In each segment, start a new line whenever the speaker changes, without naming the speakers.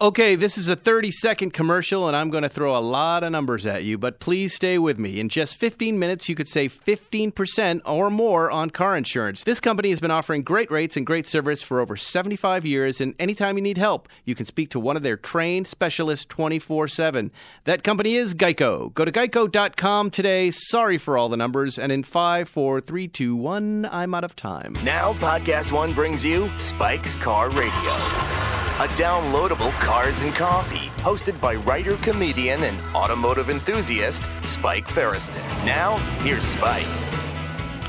Okay, this is a 30 second commercial, and I'm going to throw a lot of numbers at you, but please stay with me. In just 15 minutes, you could save 15% or more on car insurance. This company has been offering great rates and great service for over 75 years, and anytime you need help, you can speak to one of their trained specialists 24 7. That company is Geico. Go to geico.com today. Sorry for all the numbers, and in 5, 4, 3, 2, 1, I'm out of time.
Now, Podcast One brings you Spike's Car Radio, a downloadable cars and coffee hosted by writer, comedian, and automotive enthusiast Spike Ferriston. Now, here's Spike.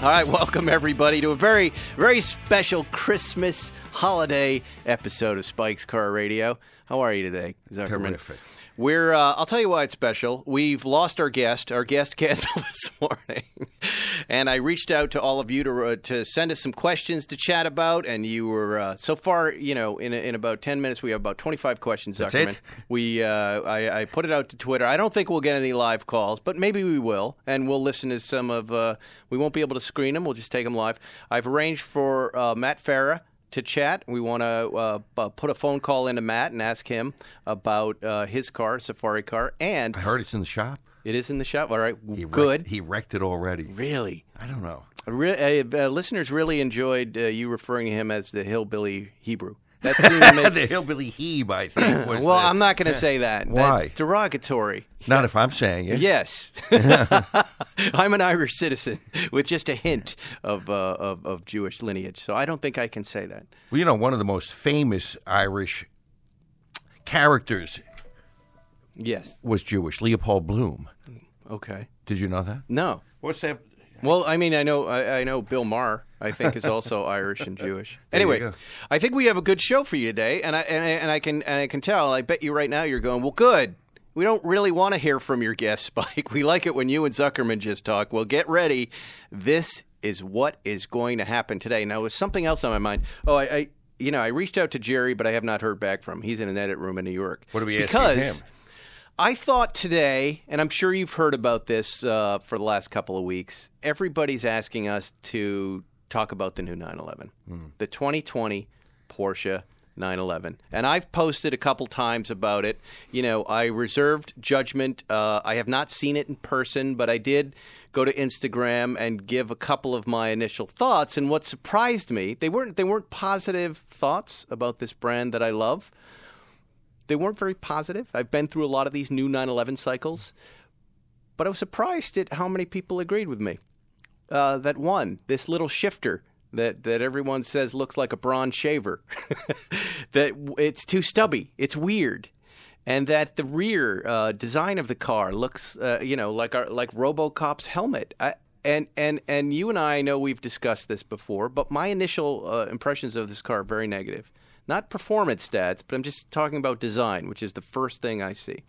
All right, welcome everybody to a very, very special Christmas holiday episode of Spike's Car Radio. How are you today, Zuckerman?
Terrific.
We're, uh, I'll tell you why it's special. We've lost our guest. Our guest canceled this morning. and I reached out to all of you to, uh, to send us some questions to chat about. And you were, uh, so far, you know, in, in about 10 minutes, we have about 25 questions,
That's
Zuckerman.
it?
We, uh, I, I put it out to Twitter. I don't think we'll get any live calls, but maybe we will, and we'll listen to some of. Uh, we won't be able to screen them. We'll just take them live. I've arranged for uh, Matt Farah to chat. We want to uh, bu- put a phone call into Matt and ask him about uh, his car, Safari car, and
I heard it's in the shop.
it is in the shop. All right,
He
good.
Wrecked, he wrecked it already.
really.
I don't know.
Re- uh, uh, listeners really enjoyed uh, you referring to him as the hillbilly Hebrew. That seemed to make-
the hillbilly heeb, I think. Was
well,
the-
I'm not going to say that.
Why?
That's derogatory.
Not if I'm saying it.
Yes, I'm an Irish citizen with just a hint of, uh, of of Jewish lineage, so I don't think I can say that.
Well, you know, one of the most famous Irish characters
Yes.
was Jewish, Leopold Bloom.
Okay.
Did you know that?
No.
What's that?
Well, I mean, I know I, I know Bill Maher. I think is also Irish and Jewish.
you
Anyway,
go. I
I think we have a good show for you today, and I and I, and I can and I can tell. I bet you right now you're going, well, good. We don't really want to hear from your guest, Spike. We like it when you and Zuckerman just talk. Well, get ready. This is what is going to happen today. Now, there's something else on my mind. Oh, I. I you know, I reached out to Jerry, but I have not heard back from him. He's in an edit room in New York.
What are we asking
because
him?
I thought today, and I'm sure you've heard about this uh, for the last couple of weeks, everybody's asking us to talk about the new 911, the 2020 Porsche 911. And I've posted a couple times about it. You know, I reserved judgment. Uh, I have not seen it in person, but I did go to Instagram and give a couple of my initial thoughts. And what surprised me, they weren't they weren't positive thoughts about this brand that I love they weren't very positive. I've been through a lot of these new 9/11 cycles, but I was surprised at how many people agreed with me. Uh, that one, this little shifter that that everyone says looks like a bronze shaver, that w- it's too stubby, it's weird, and that the rear uh, design of the car looks, uh, you know, like our like RoboCop's helmet. I, and and and you and I know we've discussed this before, but my initial uh, impressions of this car are very negative. Not performance stats, but I'm just talking about design, which is the first thing I see.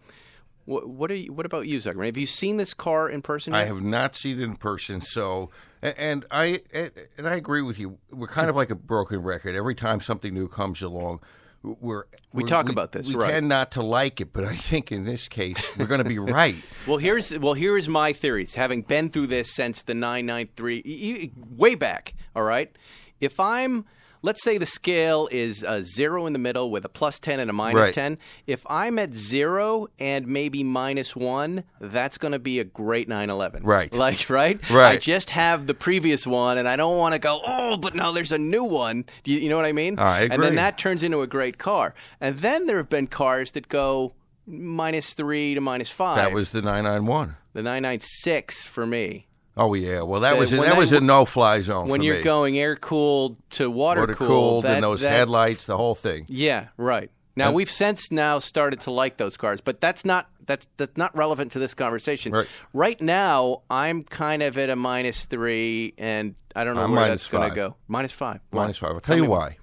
What, what are you? What about you, Zuckerman? Have you seen this car in person?
I
yet?
have not seen it in person, so a- and I a- and I agree with you. We're kind of like a broken record. Every time something new comes along, we're we
talk about this,
We
right.
tend not to like it, but I think in this case we're going to be right.
Well, here's well here is my theories. Having been through this since the 993, y- y- way back. All right, if I'm let's say the scale is a zero in the middle with a plus ten and a minus
Right.
ten. If I'm at zero and maybe minus one, that's going to be a great 911.
Right.
Like right. I
Right.
just have the previous one, and I don't want to go. Oh, but now there's a new one. Do you, you know what I mean?
I
And then
agree.
that turns into a great car. And then there have been cars that go minus three to minus five.
That was the nine nine one.
The 996 for me.
Oh yeah, well that
Uh,
was a,
when
that
I-
was a no fly zone
When
for
you're
me.
going air cooled to water
Water cooled
that-
and those
that-
headlights, the whole thing.
Yeah, right. Now we've since now started to like those cars, but that's not that's that's not relevant to this conversation.
Right.
now, I'm kind of at a minus three, and I don't know
I'm
where
minus
that's going to
five.
go. Minus five. Why?
Minus five. I'll tell you why.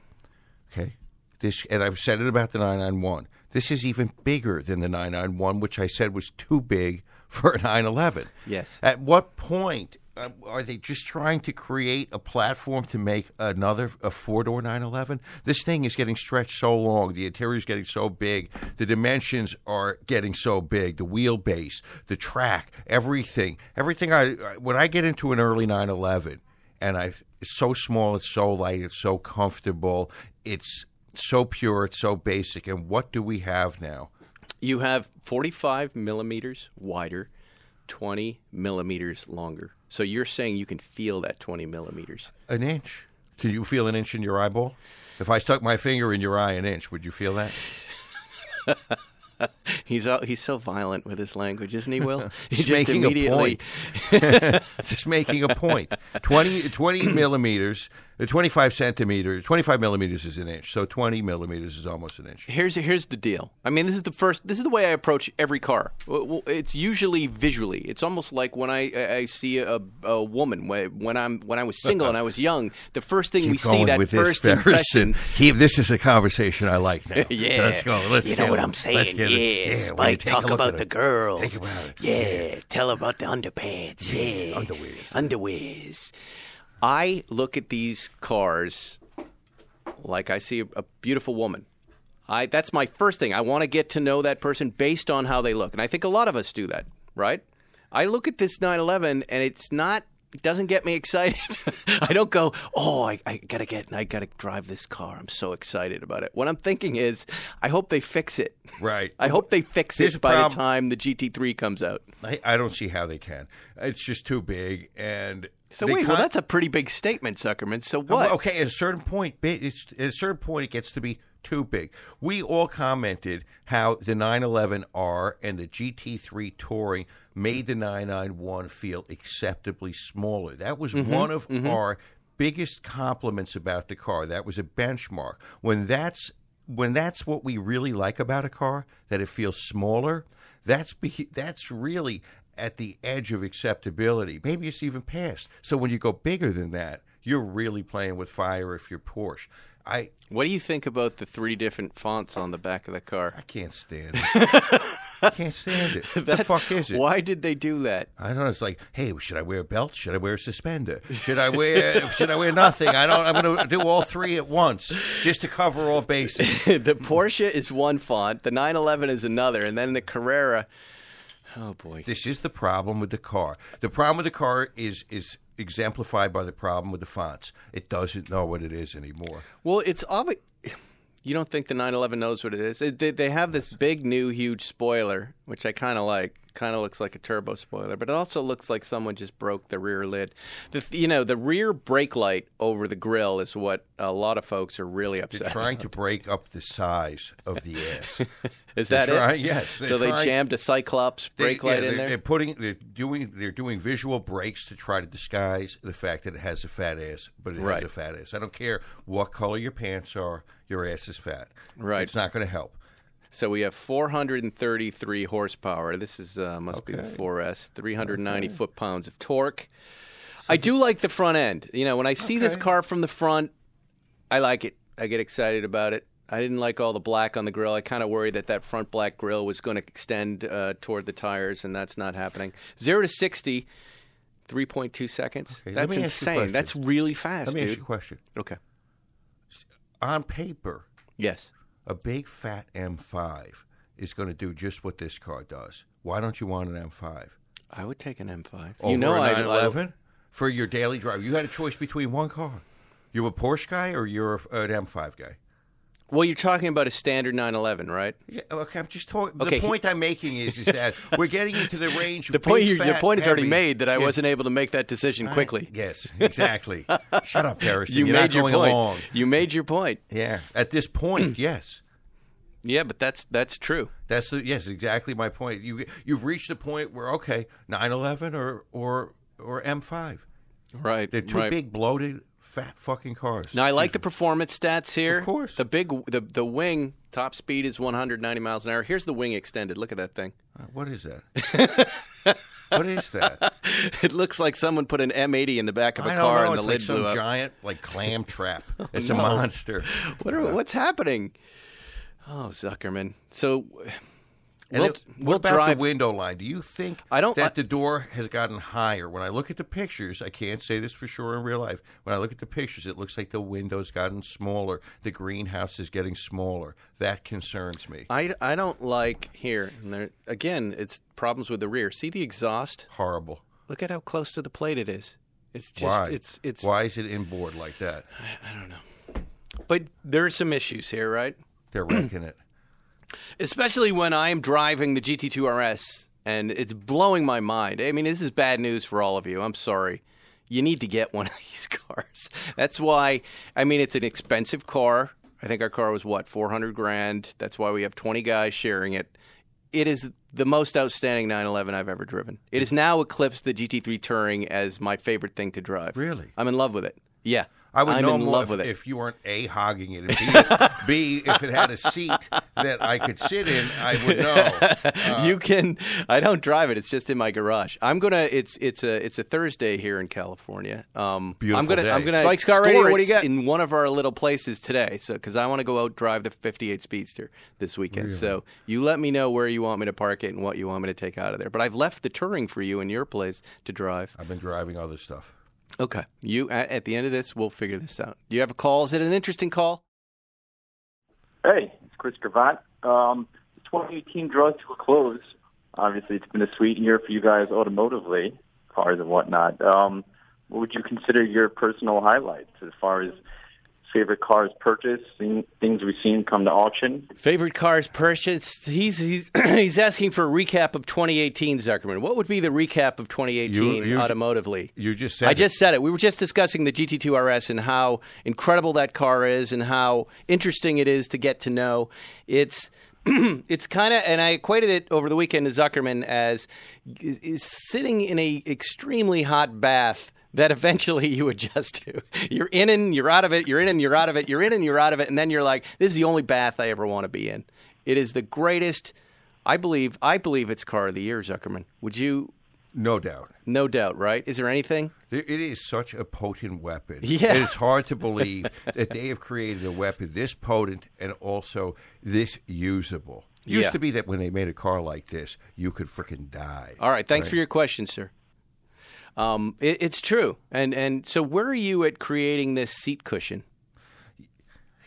Okay. This and I've said it about the nine nine one. This is even bigger than the nine nine one, which I said was too big for a nine eleven.
Yes.
At what point uh, are they just trying to create a platform to make another a four door nine eleven? This thing is getting stretched so long. The interior is getting so big. The dimensions are getting so big. The wheelbase, the track, everything, everything. I I- when I get into an early nine eleven, and I it's so small, it's so light, it's so comfortable. It's so pure, it's so basic. And what do we have now?
You have 45 millimeters wider, 20 millimeters longer. So you're saying you can feel that 20 millimeters.
An inch. Can you feel an inch in your eyeball? If I stuck my finger in your eye an inch, would you feel that?
He's uh, he's so violent with his language, isn't he? Will he
Just making a point. Just making a point. 20, 20 millimeters, uh, 25 centimeters, 25 millimeters is an inch. So 20 millimeters is almost an inch.
Here's here's the deal. I mean, this is the first. This is the way I approach every car. W- w- It's usually visually. It's almost like when I I I see a, a woman wh- when I'm when I was single and I was young. The first thing we
Keep
see that first impression.
Keep, this is a conversation I like now.
Yeah,
Let's go. Let's
you know
get
what
it.
I'm
Let's
saying.
get
yeah,
it. we're gonna
Spike,
take a
talk
look
about
at
the
it.
girls.
Take about it.
Yeah, tell about the underpants. Yeah,
underwears.
underwears. I look at these cars like I see a, a beautiful woman. I that's my first thing. I want to get to know that person based on how they look, and I think a lot of us do that, right? I look at this 911, and it's not. It doesn't get me excited. I don't go, oh, I, I gotta get, I gotta drive this car. I'm so excited about it. What I'm thinking is, I hope they fix it.
Right.
I hope they fix
Here's
it
the
by the
problem.
time the GT3 comes out.
I, I don't see how they can. It's just too big. And
So
they
wait, well,
con-
that's a pretty big statement, Zuckerman. So what?
Well, Okay, at a certain point, bi- it's at a certain point, it gets to be too big. We all commented how the 911 R and the GT3 Touring made the 991 feel acceptably smaller. That was one of our biggest compliments about the car. That was a benchmark. When that's when that's what we really like about a car, that it feels smaller, that's be- that's really at the edge of acceptability. Maybe it's even past. So when you go bigger than that, you're really playing with fire if you're Porsche. I
What do you think about the three different fonts on the back of the car?
I can't stand it. I can't stand it. What the fuck is it?
Why did they do that?
I don't know. It's like, hey, should I wear a belt? Should I wear a suspender? Should I wear? should I wear nothing? I don't. I'm going to do all three at once just to cover all bases.
the Porsche is one font, the 911 is another, and then the Carrera. Oh boy.
This is the problem with the car. The problem with the car is is exemplified by the problem with the fonts. It doesn't know what it is anymore.
Well, it's obvious. You don't think the 911 knows what it is? It, they, they have this big new huge spoiler, which I kind of like. Kind of looks like a turbo spoiler, but it also looks like someone just broke the rear lid. The th- you know the rear brake light over the grill is what a lot of folks are really
They're
upset.
trying to break up the size of the ass.
is
they're
that it?
trying- yes, they're
So they
trying-
jammed a Cyclops
They-
brake
yeah,
light in
they're-
there.
They're putting, they're doing, they're doing visual breaks to try to disguise the fact that it has a fat ass, but it
Right.
has a fat ass. I don't care what color your pants are, your ass is fat.
Right.
It's not going to help.
So we have 433 horsepower. This is uh, must be the 4S. 390 foot pounds of torque. I do like the front end. You know, when I see this
Okay.
car from the front, I like it. I get excited about it. I didn't like all the black on the grill. I kind of worried that that front black grill was going to extend uh, toward the tires, and that's not happening. Zero to 60, 3.2 seconds.
Okay,
that's
let me ask you a
insane.
question.
That's really fast,
Let me
dude.
ask you a question.
Okay.
On paper,
Yes.
a big fat M5 is going to do just what this car does. Why don't you want an M5?
I would take an M5.
Over
you know,
a
I- I
911 for your daily drive. You had a choice between one car. You're a Porsche guy or you're a, an M5 guy.
Well, you're talking about a standard 911, right?
Yeah, okay, I'm just talking.
Okay,
the
he-
point I'm making is is that we're getting into the range. Of
The point
big,
you, your
fat,
point is already
heavy-
made that I
Yes,
wasn't able to make that decision
I-
quickly.
Yes, exactly. Shut up, Harrison.
You
are not
made your
going
point.
along.
You made your point.
Yeah, at this point, yes.
Yeah, but that's that's true.
That's the yes, exactly my point. You you've reached the point where okay, 911 or or or M5.
Right.
They're two
right.
big bloated fat fucking cars.
Now I like the performance stats here.
Of course.
The big the the wing top speed is 190 miles an hour. Here's the wing extended. Look at that thing.
Uh, What is that? what is that?
It looks like someone put an M80 in the back of a
I don't
car
know.
and
it's
the
like
lid
some
blew up. Oh,
giant like clam trap. It's a monster.
What are, what's happening? Oh, Zuckerman. So
And
we'll,
it- what
we'll
about
drive
the window line? Do you think
I don't-
that
I-
the door has gotten higher? When I look at the pictures, I can't say this for sure in real life. When I look at the pictures, it looks like the window's gotten smaller. The greenhouse is getting smaller. That concerns me.
I, I don't like here. And there, again, it's problems with the rear. See the exhaust?
Horrible.
Look at how close to the plate it is. It's just
Why?
it's it's
Why is it inboard like that?
I don't know. But there's some issues here, right?
They're wrecking it.
Especially when I am driving the GT2 RS and it's blowing my mind. I mean, this is bad news for all of you. I'm sorry. You need to get one of these cars. That's why I mean it's an expensive car. I think our car was what, 400 grand. That's why we have 20 guys sharing it. It is the most outstanding 911 I've ever driven. It has now eclipsed the GT3 Touring as my favorite thing to drive.
Really?
I'm in love with it. Yeah.
I would
I'm
know
in
more
love
if,
with it.
if you weren't a hogging it, and b, b if it had a seat that I could sit in. I would know.
Uh,
you can i don't drive it it's just in my garage i'm gonna it's it's a it's a thursday here in california um i'm
Beautiful
gonna
day.
i'm gonna
Spike's Car
store
Radio, what do you
it
got?
in one of our little places today so because i want to go out drive the 58 speedster this weekend so you let me know where you want me to park it and what you want me to take out of there but i've left the touring for you in your place to drive
I've been driving other stuff.
okay you at, at the end of this we'll figure this out do you have a call is it an interesting call
Hey, it's Chris Gravant. Um, 2018 draws to a close. Obviously, it's been a sweet year for you guys automotively, cars and whatnot. Um, what would you consider your personal highlights as far as favorite cars purchased, seen, things we've seen come to auction?
Favorite cars purchased. He's he's he's asking for a recap of 2018, Zuckerman. What would be the recap of 2018
You- you-
automotively?
You just said
I just said it. We were just discussing the GT2 RS and how incredible that car is, and how interesting it is to get to know. It's it's kind of, and I equated it over the weekend to Zuckerman as is- is sitting in a extremely hot bath that eventually you adjust to. You're in and you're out of it. You're in and you're out of it. You're in and you're out of it, and then you're like, this is the only bath I ever want to be in. It is the greatest. I believe. I believe it's car of the year, Zuckerman. Would you?
no doubt.
No doubt, right? Is there anything?
There- It is such a potent weapon.
Yeah.
It is hard to believe that they have created a weapon this potent and also this usable. Used
Yeah.
to be that when they made a car like this, you could freaking die.
All right. Thanks for your question, sir. Um, it, it's true. And and so, where are you at creating this seat cushion?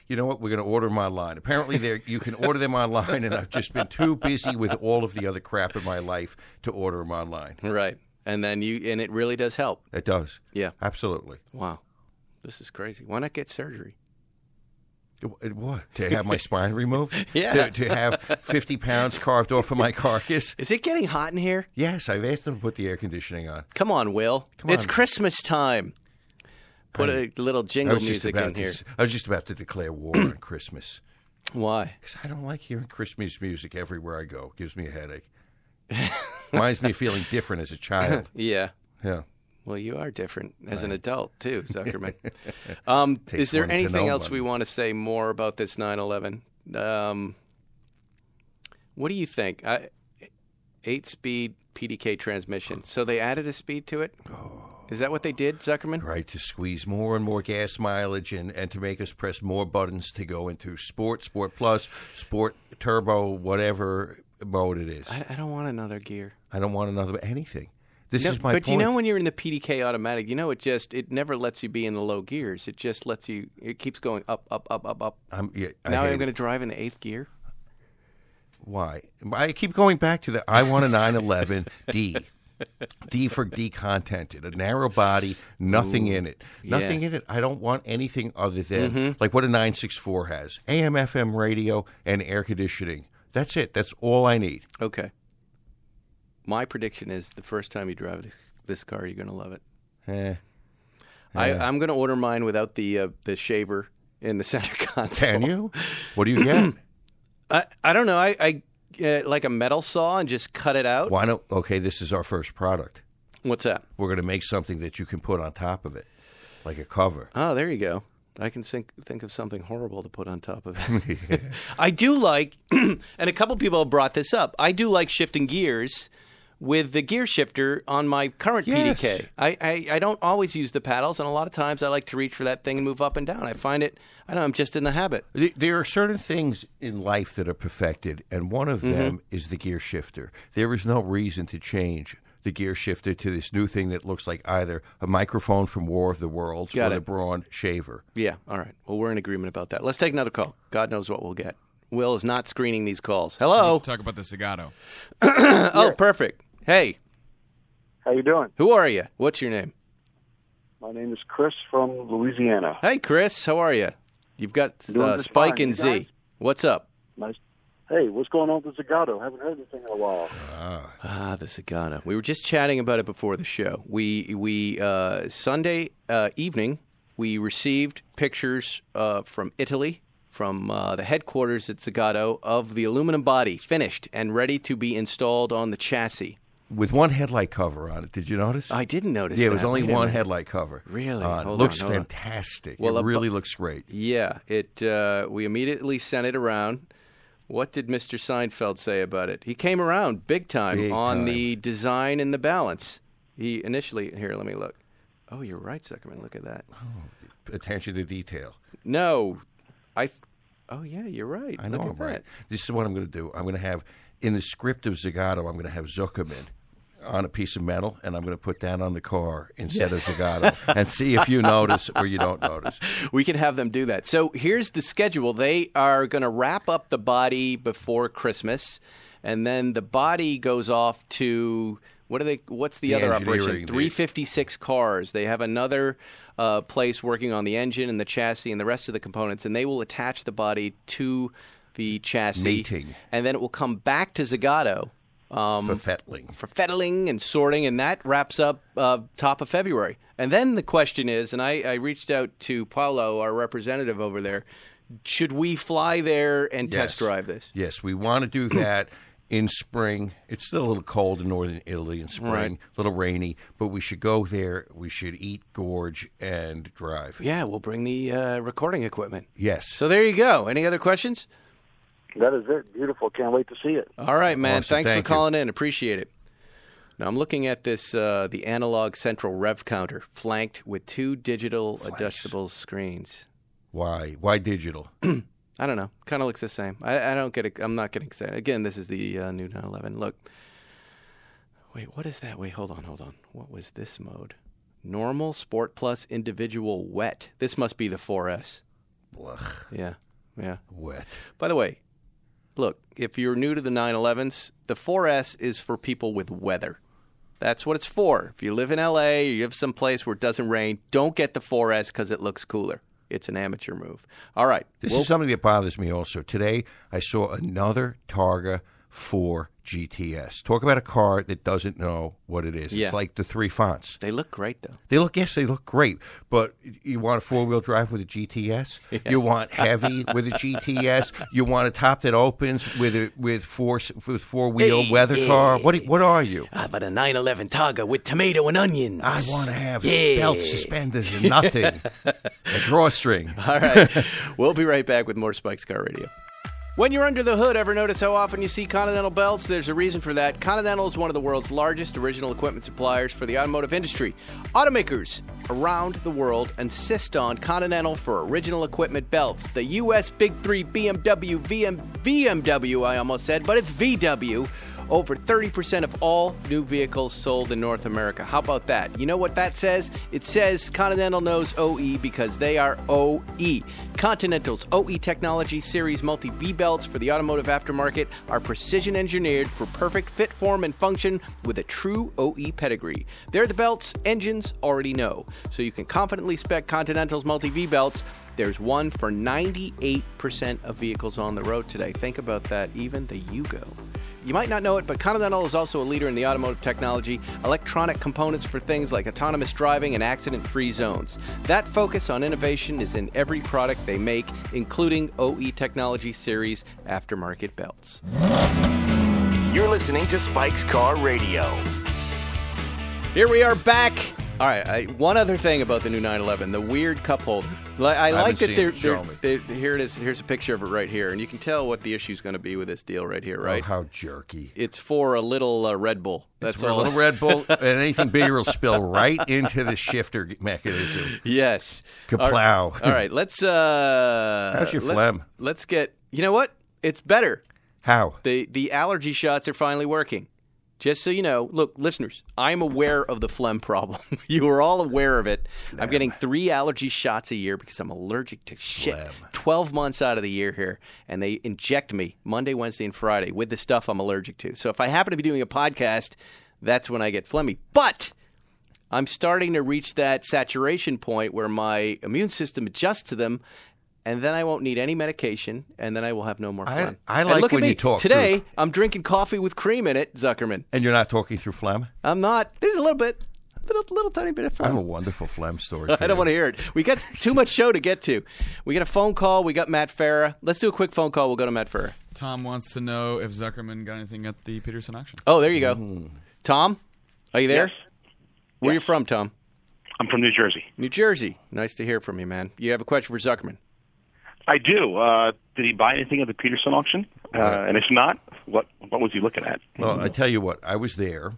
You know what? We're going to order them online. Apparently, there you can order them online, and I've just been too busy with all of the other crap in my life to order them online.
Right. And then you and it really does help.
It does.
Yeah.
Absolutely.
Wow. This is crazy. Why not get surgery?
It, it, what? To have my spine removed?
Yeah.
To, to have 50 pounds carved off of my carcass?
Is it getting hot in here?
Yes, I've asked them to put the air conditioning on.
Come on, Will.
Come
It's
on.
Christmas time. Put a little
I
jingle
was just
music
about
in
to,
here.
I was just about to declare war on Christmas
Why?
because I don't like hearing Christmas music everywhere I go. It gives me a headache. Reminds me of feeling different as a child.
Yeah.
Yeah.
Well, you are different as an adult too, Zuckerman. um, is
Takes
there
one to
anything
know
else
one.
we want to say more about this 9/11? Um, what do you think? I, eight-speed PDK transmission. So they added a speed to it. Is that what they did, Zuckerman?
Oh. Right to squeeze more and more gas mileage and, and to make us press more buttons to go into sport, sport plus, sport turbo, whatever mode it is. I,
I, I don't want another gear.
don't want another anything. This
No,
is my
but
point.
you know when you're in the PDK automatic, you know it just it never lets you be in the low gears. It just lets you. It keeps going up, up, up, up, up.
I'm, yeah, I
Now
hate
I'm
it.
going to drive in the eighth gear.
Why? I keep going back to the I want a 911 D. D for decontented, a narrow body, nothing in it. Nothing in it. I don't want anything other than
Mm-hmm.
like what a 964 has AM, FM radio, and air conditioning. That's it. That's all I need.
Okay. My prediction is the first time you drive this, this car, you're going to love it.
Eh.
I, I'm going to order mine without the uh, the shaver in the center console.
Can you? What do you get?
I, I don't know. I, I uh, like a metal saw and just cut it out.
Why don't? Okay, this is our first product.
What's that?
We're going to make something that you can put on top of it, like a cover.
Oh, there you go. I can think think of something horrible to put on top of it. I do like, and a couple people have brought this up. I do like shifting gears with the gear shifter on my current
Yes.
PDK. I, I I don't always use the paddles, and a lot of times I like to reach for that thing and move up and down. I find it. I don't. know, I'm just in the habit.
Th- There are certain things in life that are perfected, and one
Mm-hmm.
of them is the gear shifter. There is no reason to change the gear shifter to this new thing that looks like either a microphone from War of the Worlds
Got
or the
it.
Braun shaver.
Yeah. All right. Well, we're in agreement about that. Let's take another call. God knows what we'll get. Will is not screening these calls. Hello.
Let's talk about the Segato.
Oh, perfect. Hey,
How you doing?
who are you? What's your name?
My name is Chris from Louisiana.
Hey, Chris. How are you? You've got
Doing
uh,
just
Spike
fine.
and
You
Z.
guys?
What's up?
Nice. Hey, what's going on with Zagato? Haven't heard anything in a while.
Ah, the Sagana. We were just chatting about it before the show. We we uh, Sunday uh, evening we received pictures uh, from Italy from uh, the headquarters at Zagato of the aluminum body finished and ready to be installed on the chassis.
with one headlight cover on it. Did you notice?
I didn't notice.
yeah, it was
that.
only
Wait a
one
minute.
headlight cover.
Really?
on it.
Hold
looks
on, hold on.
fantastic.
Well,
it
a bu-
really looks great.
Yeah, it. Uh, we immediately sent it around. What did Mr. Seinfeld say about it? He came around big time
Big
on
time.
the design and the balance. He initially here. Let me look. Oh, you're right, Zuckerman. Look at that.
Attention to detail.
No, I. th- Oh yeah, you're right.
I know
Look at
I'm right.
that.
This is what I'm going to do. I'm going to have in the script of Zagato. I'm going to have Zuckerman on a piece of metal, and I'm going to put that on the car instead of Zagato, and see if you notice or you don't notice.
We can have them do that. So here's the schedule. They are going to wrap up the body before Christmas, and then the body goes off to what are they? What's the,
The
other
engineering,
operation?
the-
Three fifty six cars. They have another uh, place working on the engine and the chassis and the rest of the components, and they will attach the body to the chassis.
Meeting.
and then it will come back to Zagato. Um,
For fettling,
for fettling and sorting, and that wraps up uh, top of February. And then the question is, and I, I reached out to Paolo, our representative over there, should we fly there and
Yes.
test drive this?
Yes, we want to do that in spring. It's still a little cold in northern Italy in spring,
Right.
a little rainy, but we should go there. We should eat, gorge, and drive.
Yeah, we'll bring the uh, recording equipment.
Yes.
So there you go. Any other questions?
That is it. Beautiful. Can't wait to see it.
All right, man.
Awesome.
Thanks
Thank
for
you.
calling in. Appreciate it. Now I'm looking at this uh, the analog central rev counter flanked with two digital adjustable screens.
Why? Why digital?
I don't know. Kind of looks the same. I, I don't get it. I'm not getting excited. Again, this is the uh, new 911. Look. Wait, what is that? Wait, hold on, hold on. What was this mode? Normal, Sport Plus, Individual, Wet. This must be the 4S.
Blech,
Yeah, yeah.
wet.
By the way, look, if you're new to the 911s, the 4S is for people with weather. That's what it's for. If you live in LA, you have some place where it doesn't rain, don't get the 4S because it looks cooler. It's an amateur move. All right.
This
we'll-
is something that bothers me also. Today, I saw another Targa 4 GTS. Talk about a car that doesn't know what it is.
Yeah.
It's like the three fonts.
they look great, though.
They look, yes, they look great, but you want a four wheel drive with a GTS? You want heavy with a GTS? You want a top that opens with a, with four with four wheel
Hey,
weather
yeah.
car? What what are you?
I have a 911 Targa with tomato and onions.
I want to have
Yeah.
belt suspenders and nothing. a drawstring.
All right. we'll be right back with more Spike's Car Radio. When you're under the hood, ever notice how often you see Continental belts? There's a reason for that. Continental is one of the world's largest original equipment suppliers for the automotive industry. Automakers around the world insist on Continental for original equipment belts. The U.S. Big Three BMW, VM, VMW, I almost said, but it's VW. Over 30% of all new vehicles sold in North America. How about that? You know what that says? It says Continental knows OE because they are OE. Continental's OE Technology Series multi V belts for the automotive aftermarket are precision engineered for perfect fit, form, and function with a true OE pedigree. They're the belts engines already know, so you can confidently spec Continental's multi V belts. There's one for 98% of vehicles on the road today. Think about that, even the Yugo. You might not know it, but Continental is also a leader in the automotive technology, electronic components for things like autonomous driving and accident free zones. That focus on innovation is in every product they make, including OE Technology Series aftermarket belts.
You're listening to Spike's Car Radio.
Here we are back. All right, I, one other thing about the new 911, the weird cup holder. Li- I, like
haven't
that
seen
they're,
it. Show
they're- they- here it is. Here's a picture of it right here, and you can tell what the issue's going to be with this deal right here, right?
Oh, how jerky.
It's for a little uh, Red Bull.
That's
That's
where a
all.
little Red Bull and anything bigger will spill right into the shifter mechanism.
Yes.
Kaplow.
All right, let's. uh
How's your
let-
phlegm?
Let's get. You know what? It's better.
How?
the The allergy shots are finally working. Just so you know, look, listeners, I'm aware of the phlegm problem. you are all aware of it. I'm getting three allergy shots a year because I'm allergic to shit.
Phlegm.
12 months out of the year here, and they inject me Monday, Wednesday, and Friday with the stuff I'm allergic to. So if I happen to be doing a podcast, that's when I get phlegmy. But I'm starting to reach that saturation point where my immune system adjusts to them and then I won't need any medication, and then I will have no more
I-
phlegm.
I
And
like
look at
when you
me.
talk
Today, I'm drinking coffee with cream in it, Zuckerman.
And you're not talking through phlegm?
I'm not. There's a little bit, little, little tiny bit of
I have a
phlegm.
wonderful phlegm story.
I don't want to hear it. We got too much show to get to. We got a phone call. We got Matt Farah. Let's do a quick phone call. We'll go to Matt Farah.
Tom wants to know if Zuckerman got anything at the Peterson auction.
Oh, there you go.
Mm-hmm.
Tom, are you there?
Yes.
Where you
Yes.
from, Tom?
I'm from New Jersey.
New Jersey. Nice to hear from you, man. You have a question for Zuckerman.
I do. Uh, did he buy anything at the Peterson auction? Uh, and if not, what what was he looking at?
Well, I tell you what, I was there,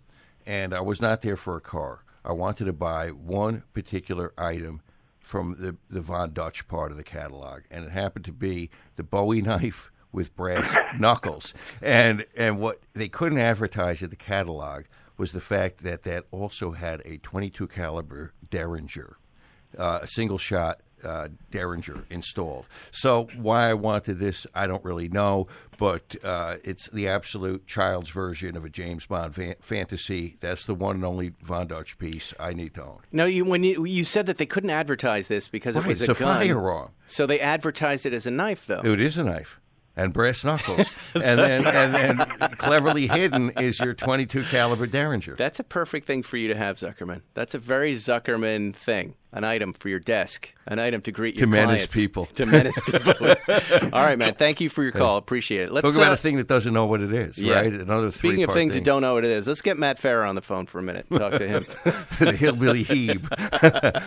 and I was not there for a car. I wanted to buy one particular item from the the Von Dutch part of the catalog, and it happened to be the Bowie knife with brass knuckles. And and what they couldn't advertise at the catalog was the fact that that also had a 22 caliber Derringer uh, a single shot uh, Derringer installed. So why I wanted this, I don't really know, but uh, it's the absolute child's version of a James Bond fan- fantasy. That's the one and only Von Dutch piece I need to own.
No, you when you, you said that they couldn't advertise this because it
Right,
was
it's
a,
a
gun.
firearm.
So they advertised it as a knife, though.
It is a knife. And brass knuckles, and then and then cleverly hidden is your 22 caliber Derringer.
That's a perfect thing for you to have, Zuckerman. That's a very Zuckerman thing. An item for your desk. An item to greet your
menace
clients.
people.
To menace people. All right, man. Thank you for your call. Appreciate it. Let's
Talk about
uh,
a thing that doesn't know what it is,
yeah.
right? Another
Speaking of
three-part
things
thing.
you don't know what it is, let's get Matt Farah on the phone for a minute. and Talk to him.
the hillbilly heeb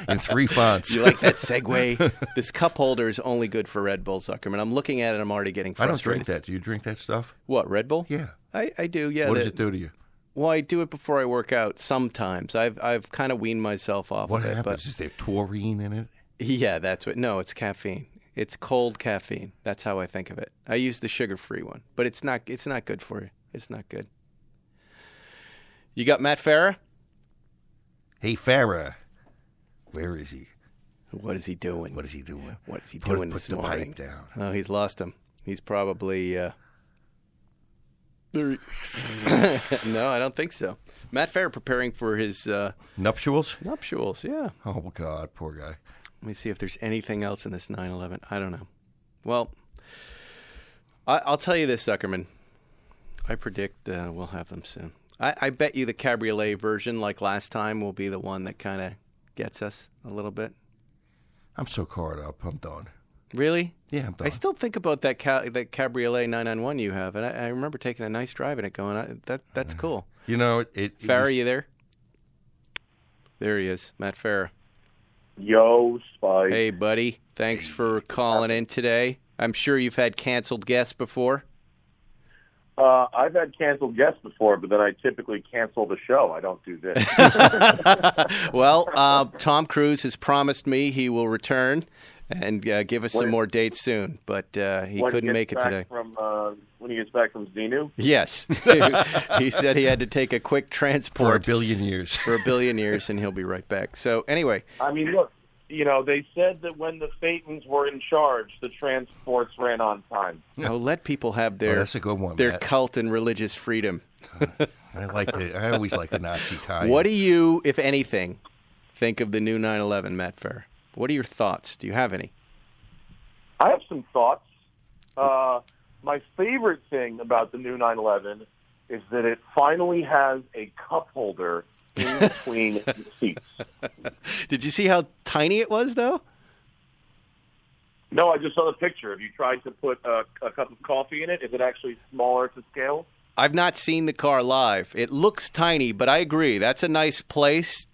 in three fonts.
you like that segue? This cup holder is only good for Red Bull, Zuckerman. I'm looking at it. I'm already getting
I don't
frustrated.
drink that. Do you drink that stuff?
What Red Bull?
Yeah.
I, I do. Yeah.
What does
the-
it do to you?
Well, I do it before I work out. Sometimes I've I've kind of weaned myself off.
What
of it,
happens?
But
Is there taurine in it?
yeah, that's what. No, it's caffeine. It's cold caffeine. That's how I think of it. I use the sugar-free one, but it's not. It's not good for you. It's not good. You got Matt Farah.
Hey, Farah, where is he?
What is he doing?
What is he doing?
What is he
Put-
doing
put
this
the
morning?
pipe down.
Oh, he's lost him. He's probably. Uh... there he- no, I don't think so. Matt Farah preparing for his uh,
Nuptials?
nuptials. Yeah.
Oh, God, poor guy.
Let me see if there's anything else in this 9/11. I don't know. Well, I, I'll tell you this, Zuckerman. I predict uh, we'll have them soon. I, I bet you the cabriolet version, like last time, will be the one that kind of gets us a little bit.
I'm so caught up. I'm done.
Really?
Yeah, I'm done.
I still think about that ca- that cabriolet 991 you have, and I, I remember taking a nice drive in it, going, I, "That that's cool."
you know, it. it
Farrah,
was-
you there? There he is, Matt Farrah.
Yo, Spike.
Hey, buddy. Thanks for calling in today. I'm sure you've had canceled guests before.
Uh, I've had canceled guests before, but then I typically cancel the show. I don't do this.
Well, uh, Tom Cruise has promised me he will return and uh, give us some more dates soon, but uh, he
When
couldn't
gets
make it
back
today.
From uh, when he gets back from Xenu,
Yes. he said he had to take a quick
For a
transport
billion years.
for a billion years and he'll be right back. So, anyway,
I mean, look, you know, they said that when the Phaetons were in charge, the transports ran on time.
you know, let people have
Oh,
their,
that's a good one,
their
Matt.
cult and religious freedom.
I like the, I always like the Nazi tie.
What do you, if anything, think of the new 9 11, Matt Fair? What are your thoughts? Do you have any?
I have some thoughts. Uh, my favorite thing about the new 911 is that it finally has a cup holder in between the seats.
Did you see how tiny it was, though?
No, I just saw the picture. Have you tried to put a, a cup of coffee in it? Is it actually smaller to scale?
I've not seen the car live. It looks tiny, but I agree. That's a nice place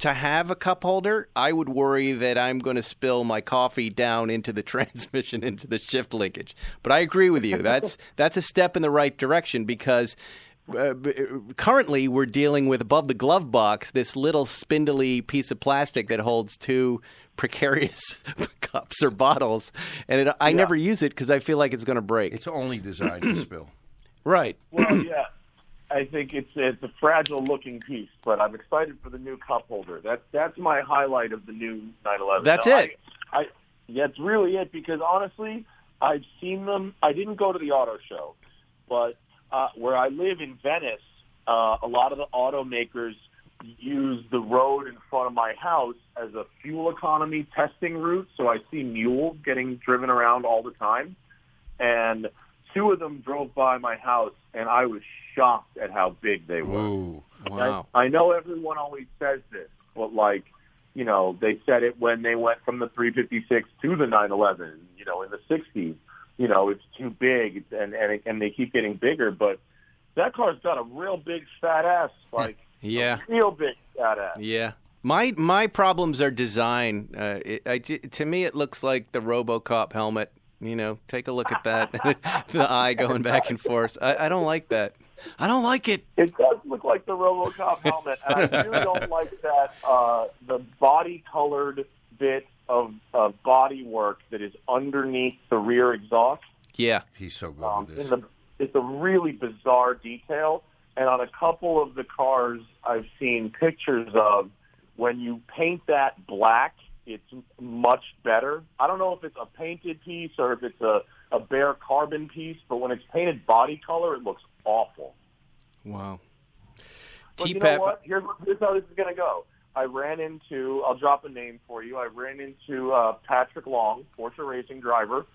to have a cup holder. I would worry that I'm going to spill my coffee down into the transmission, into the shift linkage. But I agree with you. That's that's a step in the right direction because. Uh, b- currently, we're dealing with above the glove box this little spindly piece of plastic that holds two precarious cups or bottles, and it, I never use it because I feel like it's going to break.
It's only designed to spill.
right.
Well, yeah. I think it's it's a fragile looking piece, but I'm excited for the new cup holder. That's that's my highlight of the new 911.
That's
No,
it.
I, I that's really it because honestly, I've seen them. I didn't go to the auto show, but uh, where I live in Venice, uh, a lot of the automakers use the road in front of my house as a fuel economy testing route. So I see mules getting driven around all the time. And two of them drove by my house, and I was shocked at how big they were.
Ooh.
Wow.
I, I know everyone always says this, but like, you know, they said it when they went from the 356 to the 911, you know, in the 60s. You know, it's too big, and and it, and they keep getting bigger. But that car's got a real big fat ass, like
Yeah.
real big fat ass.
Yeah. My my problems are design. Uh, it, I, ju- to me, it looks like the RoboCop helmet. You know, take a look at that. the eye going back and forth. I, I don't like that. I don't like it.
It does look like the RoboCop helmet, and I do don't like that uh, the body-colored bit of uh, body work that is underneath the rear exhaust.
Yeah.
He's so good
Um,
with
in
this.
the, it's a really bizarre detail, and on a couple of the cars I've seen pictures of, when you paint that black, it's m- much better. I don't know if it's a painted piece or if it's a, a bare carbon piece, but when it's painted body color, it looks awful.
Wow.
But you
T-Pap-
know what? Here's, here's how this is going to go. I ran into, I'll drop a name for you. I ran into uh, Patrick Long, Porsche racing driver,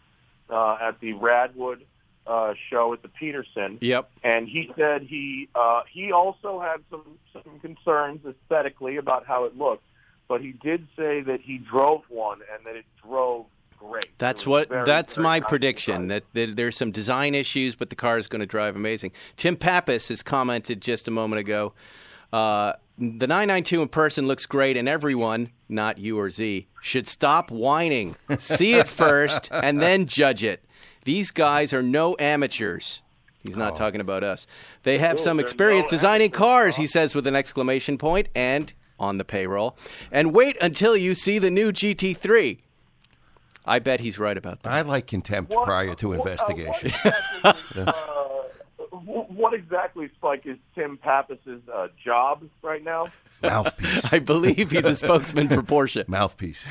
uh, at the Radwood uh, show at the Peterson,
Yep.
and he said he uh, he also had some some concerns aesthetically about how it looked, but he did say that he drove one and that it drove great.
That's
It was
what.
very,
that's
very
my
nice
prediction.
drive.
That, that there's some design issues, but the car is going to drive amazing. Tim Pappas has commented just a moment ago. Uh, the 992 in person looks great, and everyone, not you or Z, should stop whining. See it first, and then judge it. These guys are no amateurs. He's not talking about us. They have some
Oh. they're
experience
no
designing cars, he says with an exclamation point and on the payroll. And wait until you see the new GT3. I bet he's right about that.
I like contempt
What-
prior to
what- uh,
investigation.
what, exactly, uh, wh- what exactly, Spike, is Tim Pappas's uh, job right now?
Mouthpiece.
I believe he's a spokesman for Porsche.
Mouthpiece.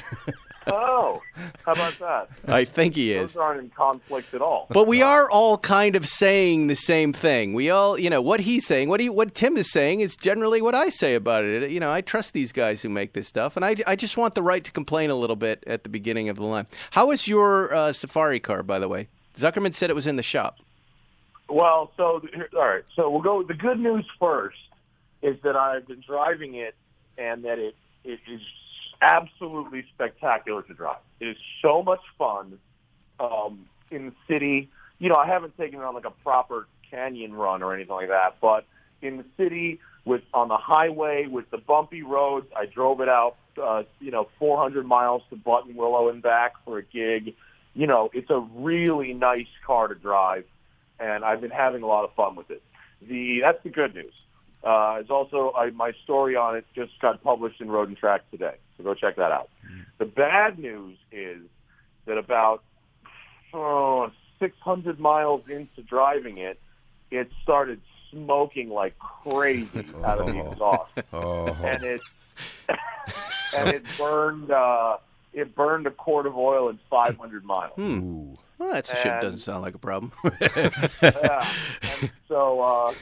Oh, how about that?
I think he is.
Those aren't in conflict at all.
But we are all kind of saying the same thing. We all, you know, what he's saying, what he, what Tim is saying is generally what I say about it. You know, I trust these guys who make this stuff, and I, I just want the right to complain a little bit at the beginning of the line. How is your uh, safari car, by the way? Zuckerman said it was in the shop.
Well, so here- all right. So we'll go. The good news first is that I've been driving it, and that it it is absolutely spectacular to drive. It is so much fun um, in the city. You know, I haven't taken it on like a proper canyon run or anything like that, but in the city with on the highway with the bumpy roads, I drove it out. Uh, you know, 400 miles to Button Willow and back for a gig. You know, it's a really nice car to drive and I've been having a lot of fun with it. The that's the good news. Uh, it's also I, my story on it just got published in Road and Track today, so go check that out.
Mm-hmm.
The bad news is that about oh, 600 miles into driving it, it started smoking like crazy out of the
Oh.
exhaust
Oh,
and it and it burned uh, it burned a quart of oil in 500 miles.
ooh.
Well, that shit
And-
doesn't sound like a problem.
yeah. And so uh,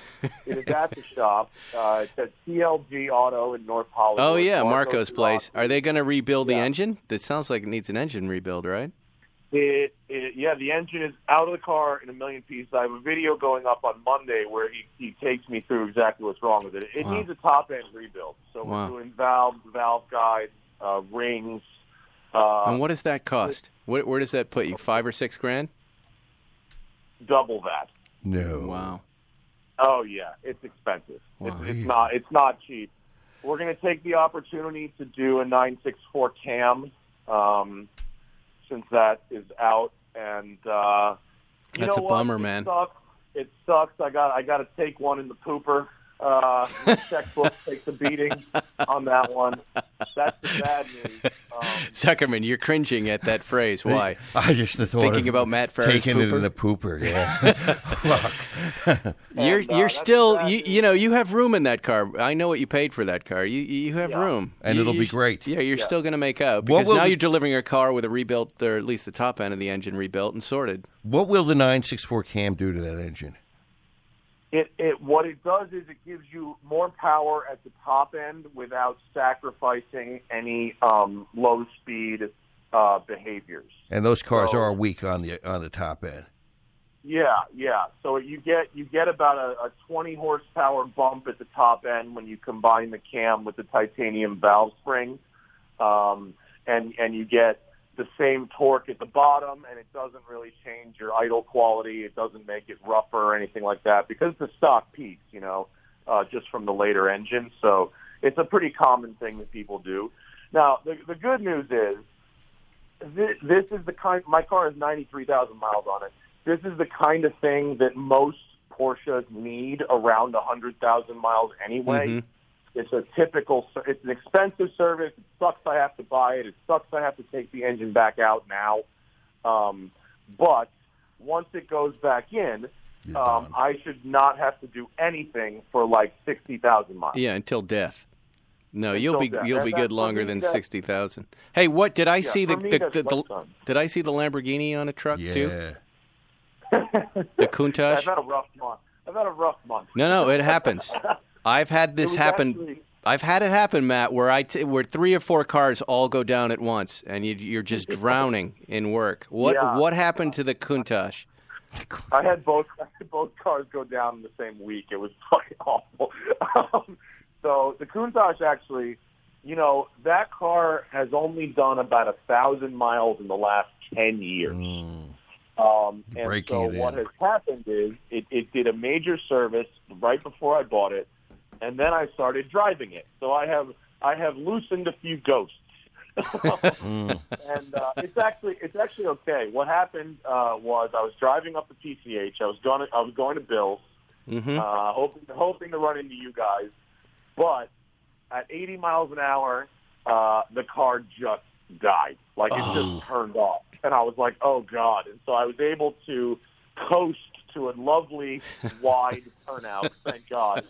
it is at the shop. Uh, it's at CLG Auto in North Hollywood.
Oh yeah, Marco's place.
Rock.
Are they going to rebuild the
Yeah.
engine? That sounds like it needs an engine rebuild, right?
It, it, yeah, the engine is out of the car in a million pieces. I have a video going up on Monday where he, he takes me through exactly what's wrong with it. It
Wow.
needs a top end rebuild. So
Wow.
we're doing valve, valve guides, uh, rings. Uh,
and what does that cost? Where, where does that put you? Five or six grand?
double that.
No.
Wow.
Oh yeah, it's expensive.
Wow.
It's, it's not. It's not cheap. We're going to take the opportunity to do a nine six four cam, um, since that is out, and uh, you
That's
know
a
what?
bummer,
It
man.
Sucks. It sucks. I got. I got to take one in the pooper. Uh, my checkbook takes a beating on that one. That's the bad news. Um,
Zuckerman, you're cringing at that phrase. Why?
I just thought
Thinking
of
about Matt Farah's
taking it
pooper?
in the pooper. Yeah. Fuck.
You're
And, uh,
you're
that's
still
bad
you,
news.
you know you have room in that car. I know what you paid for that car. You you have
Yeah.
room,
And
You-
it'll be
you're s-
great.
Yeah, you're
Yeah.
still going to make up
What
because
will
now
we-
you're delivering a car with a rebuilt or at least the top end of the engine rebuilt and sorted.
What will the 964 cam do to that engine?
it, it what it does is it gives you more power at the top end without sacrificing any um, low speed uh, behaviors.
And those cars
So-
are weak on the on the top end.
Yeah, yeah. So you get you get about a, a 20 horsepower bump at the top end when you combine the cam with the titanium valve spring, um, and and you get the same torque at the bottom, and it doesn't really change your idle quality. It doesn't make it rougher or anything like that because the stock peaks, you know, uh, just from the later engine. So it's a pretty common thing that people do. Now the the good news is this, this is the kind. My car has ninety three thousand miles on it. This is the kind of thing that most Porsches need around a hundred thousand miles anyway.
Mhm.
It's a typical. ser- It's an expensive service. It sucks I have to buy it. It sucks I have to take the engine back out now. Um, but once it goes back in,
You're
um,
done.
I should not have to do anything for like sixty thousand miles.
Yeah, until death. No,
Uh. Until
you'll be
death.
you'll
That-
be
that's
good
for
longer
me,
than
that-
sixty thousand. Hey, what did I see the,
for me,
the,
that's
the,
my
the-
son.
did I see the Lamborghini on a truck
yeah.
too? The Countach?
I've had a rough month. I've had a rough month.
no, no, it happens. I've had
It
this
was
happen.
actually-
I've had it happen, Matt, where I t- where three or four cars all go down at once, and you, you're just drowning in work. What
Yeah.
what happened to the Countach?
I had both I had both cars go down in the same week. It was fucking awful. Um, so the Countach actually, you know, that car has only done about a thousand miles in the last ten years.
Mm.
Um, and
Breaking
so
it
what
in.
has happened is it, it did a major service right before I bought it, and then I started driving it. So I have I have loosened a few ghosts.
Hmm.
and uh, it's actually it's actually okay. What happened uh, was I was driving up the PCH. I was going to, I was going to Bill's,
hmm
uh, hoping hoping to run into you guys, but at 80 miles an hour, uh, the car just died. Like it just turned off, and I was like, "Oh God!" And so I was able to coast to a lovely wide turnout. Thank God.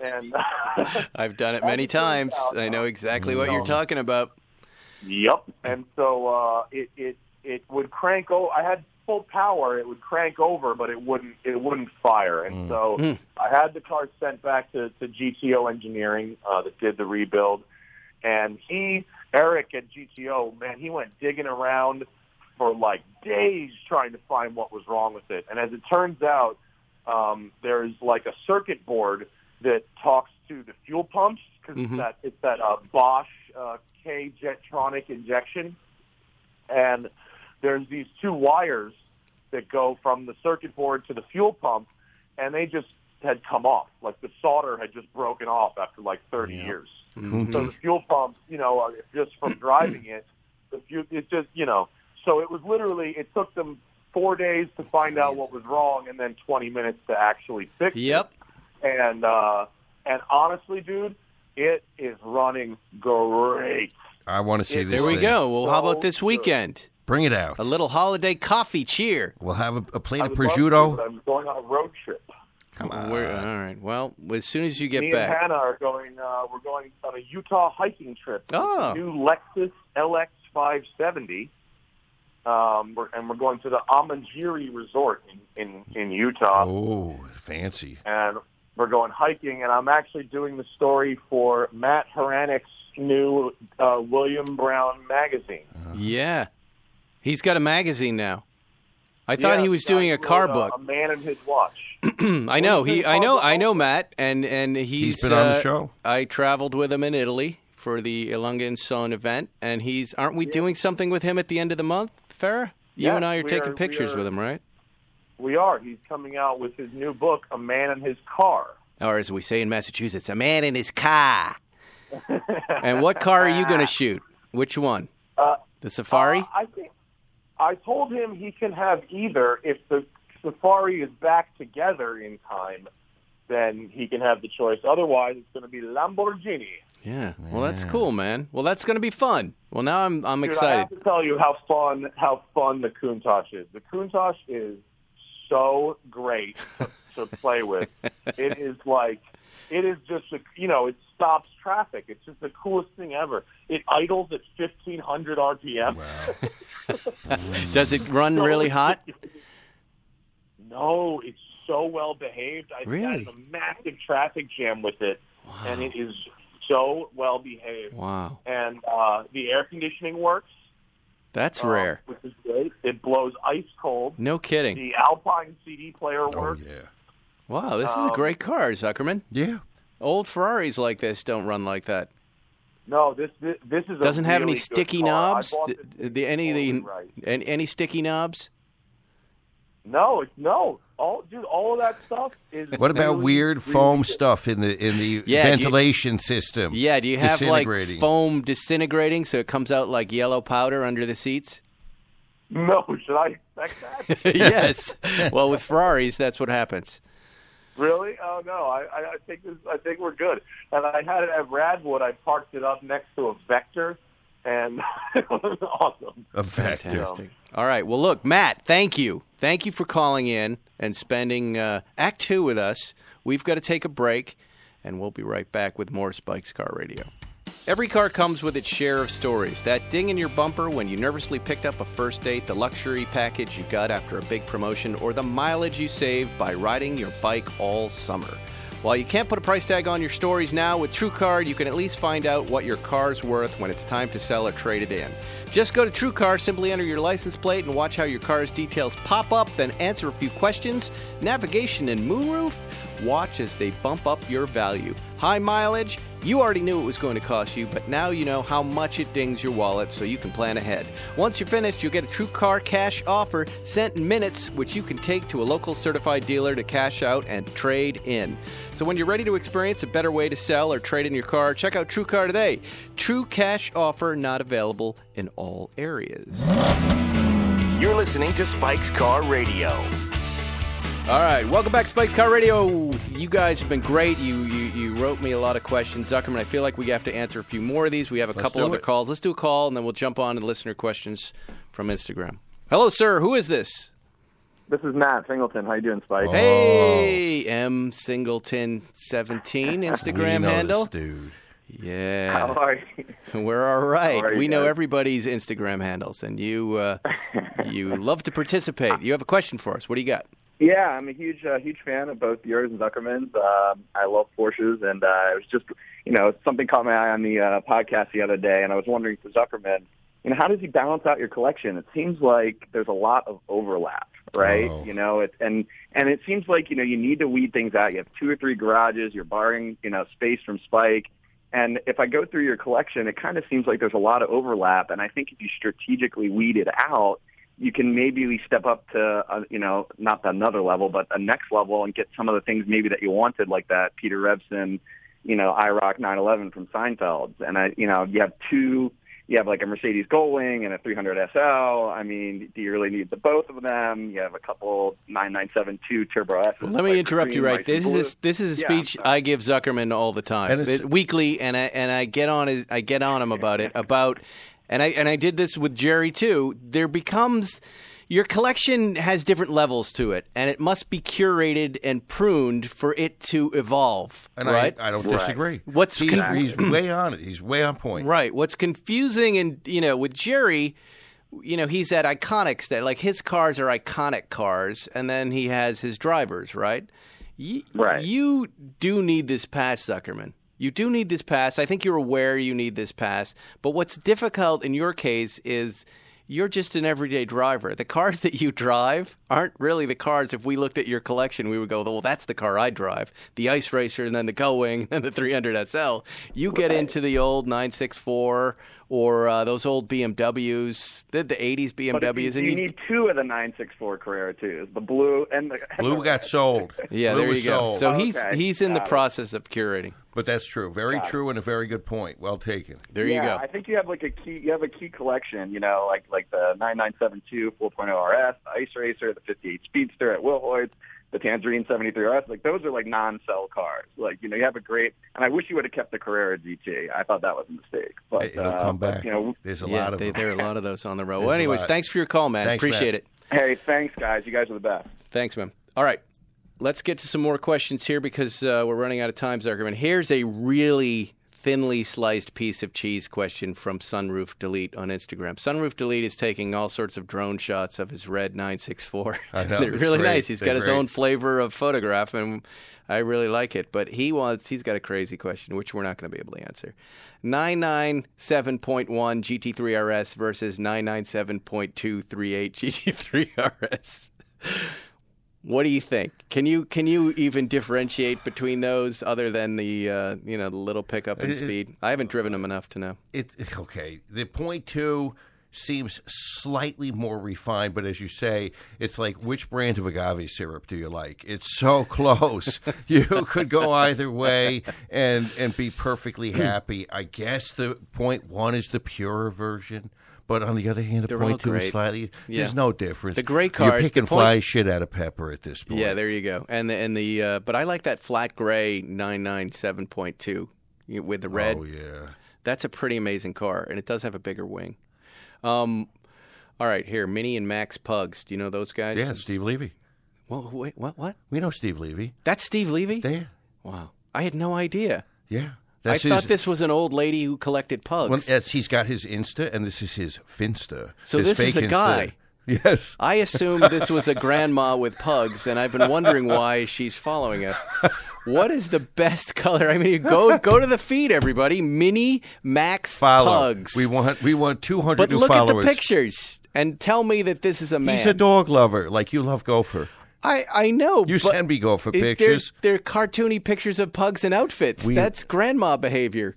And
I've done it
That's
many
the Countach.
times. I know exactly what you're
No.
talking about.
Yep. And so uh, it it it would crank. Oh, I had full power. It would crank over, but it wouldn't it wouldn't fire. And so
Mm.
I had the car sent back to to GTO Engineering uh, that did the rebuild. And he Eric at GTO man, he went digging around for like days trying to find what was wrong with it. And as it turns out, um, there's like a circuit board that talks to the fuel pumps because
Mhm.
it's that it's that uh, Bosch uh, K Jetronic injection, and there's these two wires that go from the circuit board to the fuel pump, and they just had come off. Like the solder had just broken off after like 30 years. So the fuel pump, you know, uh, just from driving it, the fuel, it's just, you know, so it was literally, it took them four days to find out what was wrong and then 20 minutes to actually fix
Yep.
it. And, uh, and honestly, dude, it is running great.
I want to see this.
There we
thing.
go. Well, how
So
about this
good.
weekend?
Bring it out.
A little holiday coffee cheer.
We'll have a, a plate
I
of
would love to, but
prosciutto.
I'm going on a road trip.
Come on.
We're- all right. Well, as soon as you get
Me and
back,
Hannah are going. Uh, we're going on a Utah hiking trip. It's
Oh.
a New Lexus LX 570. Um, we're, and we're going to the Amangiri Resort in in, in Utah,
uh,
Oh, fancy.
and we're going hiking. And I'm actually doing the story for Matt Haranic's new uh, William Brown magazine.
Uh-huh.
yeah, he's got a magazine now. I thought
Yeah,
he was
yeah,
doing a
wrote,
car
uh,
book.
A Man and His Watch.
I know
he's
he.
been
I
on
know.
the
I know
whole-
Matt, and and he's,
He's been on the
uh,
show.
I traveled with him in Italy for the Ilunga and Son event, and he's. Aren't we doing something with him at the end of the month, Farah? You
Yes,
and I are
we
taking
are- we
pictures
are-
with him, right?
We are. He's coming out with his new book, A Man and His Car.
Or as we say in Massachusetts, a man in his car. and what car are you going to shoot? Which one?
Uh,
the Safari.
Uh, I think I told him he can have either. If the safari is back together in time, then he can have the choice. Otherwise, it's going to be Lamborghini.
yeah. Well, that's cool, man. Well, that's going to be fun. Well, now I'm I'm
Dude, I
excited.
have to tell you how fun how fun the Countach is. The Countach is so great to, to play with. It is like it is just a, you know it stops traffic. It's just the coolest thing ever. It idles at fifteen hundred RPM.
Does it run really hot?
No, it's so well behaved. I
Really?
had a massive traffic jam with it, and it is so well behaved.
Wow.
And uh, the air conditioning works,
That's
um,
rare.
which is great. It blows ice cold.
No kidding.
The Alpine CD player
Oh
works.
yeah,
Wow, this
Um,
is a great car, Zuckerman.
yeah.
Old Ferraris like this don't run like that.
No, this this, this is a
Doesn't have
really
any
good
sticky
car. I
knobs.
bought
Th-
this
th- the, any of the
totally right.
an- any sticky knobs?
No, it's no. All dude, all of that stuff is.
What about
really,
weird
really
foam
good.
stuff in the in the
Yeah, do you-
ventilation system?
Yeah, do you have like
Disintegrating.
foam disintegrating so it comes out like yellow powder under the seats?
No, should I expect that?
yes. well, with Ferraris, that's what happens.
really? Oh no, I, I, I think this. I think we're good. And I had it at Radwood. I parked it up next to a Vector, and it was awesome.
A vector.
Fantastic. All right. Well, look, Matt, thank you. Thank you for calling in and spending uh, Act Two with us. We've got to take a break, and we'll be right back with more Spike's Car Radio. Every car comes with its share of stories. That ding in your bumper when you nervously picked up a first date, the luxury package you got after a big promotion, or the mileage you saved by riding your bike all summer. While you can't put a price tag on your stories now, with TrueCar, you can at least find out what your car's worth when it's time to sell or trade it in. Just go to TrueCar, simply enter your license plate, and watch how your car's details pop up, then answer a few questions, navigation and moonroof. Watch as they bump up your value. High mileage, you already knew it was going to cost you, but now you know how much it dings your wallet so you can plan ahead. Once you're finished, you'll get a true car cash offer sent in minutes, which you can take to a local certified dealer to cash out and trade in. So when you're ready to experience a better way to sell or trade in your car, check out TrueCar today. True cash offer not available in all areas.
You're listening to Spike's Car Radio.
All right, welcome back, to Spike's Car Radio. You guys have been great. You, you you wrote me a lot of questions, Zuckerman. I feel like we have to answer a few more of these. We have a couple
do
other
it.
calls. Let's do a call, and then we'll jump on to listener questions from Instagram. Hello, sir. Who is this?
This is Matt Singleton. How you doing, Spike?
Oh.
Hey, M Singleton seventeen
We
Instagram
know this
handle.
dude.
How
Yeah,
are you?
we're all right.
How are you
we know
guys?
everybody's Instagram handles, and you uh, you love to participate. You have a question for us. What do you got?
Yeah, I'm a huge, uh, huge fan of both yours and Zuckerman's. Um, I love Porsches, and uh, it was just, you know, something caught my eye on the uh, podcast the other day, and I was wondering for Zuckerman, you know, how does he balance out your collection? It seems like there's a lot of overlap, right?
Oh.
You know, it, and and it seems like you know you need to weed things out. You have two or three garages. You're borrowing, you know, space from Spike. And if I go through your collection, it kind of seems like there's a lot of overlap. And I think if you strategically weed it out, you can maybe step up to, uh, you know, not another level, but a next level and get some of the things maybe that you wanted, like that Peter Revson, you know, IROC 911 from Seinfeld. And I, you know, you have two, you have like a Mercedes Gullwing and a 300 SL. I mean, do you really need the both of them? You have a couple 9972 Turbo S.
Well, let me interrupt you right. This is a, this is a
Yeah,
speech
I'm sorry.
I give Zuckerman all the time,
And it's-
It- weekly, and I and I get on his, I get on him about it about, and I and I did this with Jerry too. There becomes your collection has different levels to it, and it must be curated and pruned for it to evolve.
And
right?
I, I don't disagree.
What's
he's,
con-
he's way on it. He's way on point.
Right. What's confusing and you know with Jerry, you know he's at iconic state. Like his cars are iconic cars, and then he has his drivers. Right. Y-
Right.
You do need this pass, Zuckerman. You do need this pass. I think you're aware you need this pass. But what's difficult in your case is you're just an everyday driver. The cars that you drive aren't really the cars. If we looked at your collection, we would go, well, that's the car I drive the Ice Racer, and then the Gullwing, and the 300 SL. You get into the old 964 or uh, those old BMWs, the, the 80s
But if
BMWs.
you,
and
you need two of the 964 Carrera twos, the blue and the
Blue got sold.
yeah,
Blue
there
was
you go.
sold.
So
Okay,
he's he's in the
got it.
process of curating.
but that's true. Very true, and a very good point. Well taken.
There
yeah,
you go.
I think you have like a key. You have a key collection. You know, like like the 9972 4.0 RS, oh the Ice Racer, the 58 Speedster at Wilhoyts, the Tangerine 73 RS. Like those are like non-sell cars. Like you know, you have a great. And I wish you would have kept the Carrera GT. I thought that was a mistake. But
It'll
uh,
come
but,
back.
you know,
There's a
yeah,
lot of
they,
them.
there are a lot of those on the road.
There's
Well,
a
anyways,
lot.
thanks for your call, man.
Thanks,
Appreciate
Matt.
it.
hey, thanks guys. You guys are the best.
Thanks, man. All right, let's get to some more questions here because uh, we're running out of time, Zuckerman. Here's a really thinly sliced piece of cheese question from Sunroof Delete on Instagram. Sunroof Delete is taking all sorts of drone shots of his red 964.
I know,
They're
it's
really
great.
nice. He's
They're
got his
great.
own flavor of photograph, and I really like it. But he wants, he's got a crazy question, which we're not going to be able to answer. 997.1 GT3 RS versus 997.238 GT3 RS. What do you think? Can you can you even differentiate between those other than the uh, you know the little pickup in
It- it-
speed? I haven't driven them enough to know.
It okay. The point two seems slightly more refined, but as you say, it's like which brand of agave syrup do you like? It's so close. you could go either way and and be perfectly
Hmm.
happy. I guess the point one is the purer version. But on the other hand, the
They're all
point two is
great.
slightly.
Yeah.
There's no difference.
The great
You're
cars,
picking
the point-
fly shit out of pepper at this point.
Yeah, there you go. And the and the uh, but I like that flat gray nine nine seven point two with the red.
Oh yeah.
That's a pretty amazing car, and it does have a bigger wing. Um, all right, here Minnie and Max Pugs. Do you know those guys?
Yeah, Steve Levy.
Whoa, wait, what? What?
We know Steve Levy.
That's Steve Levy.
There.
wow, I had no idea.
Yeah. That's
I thought
his,
this was an old lady who collected pugs.
Well, yes, he's got his Insta, and this is his Finsta.
So
his
this is
fake
a
Insta.
guy.
Yes.
I assumed this was a grandma with pugs, and I've been wondering why she's following us. What is the best color? I mean, go go to the feed, everybody. Mini Max
Follow.
Pugs.
We want we want 200
but
new
look
followers.
at the pictures and tell me that this is a man.
He's a dog lover, like you love Gopher.
I I know.
You
but
send me Gopher
it- they're-
pictures.
They're, cartoony pictures of pugs and outfits. That's grandma behavior.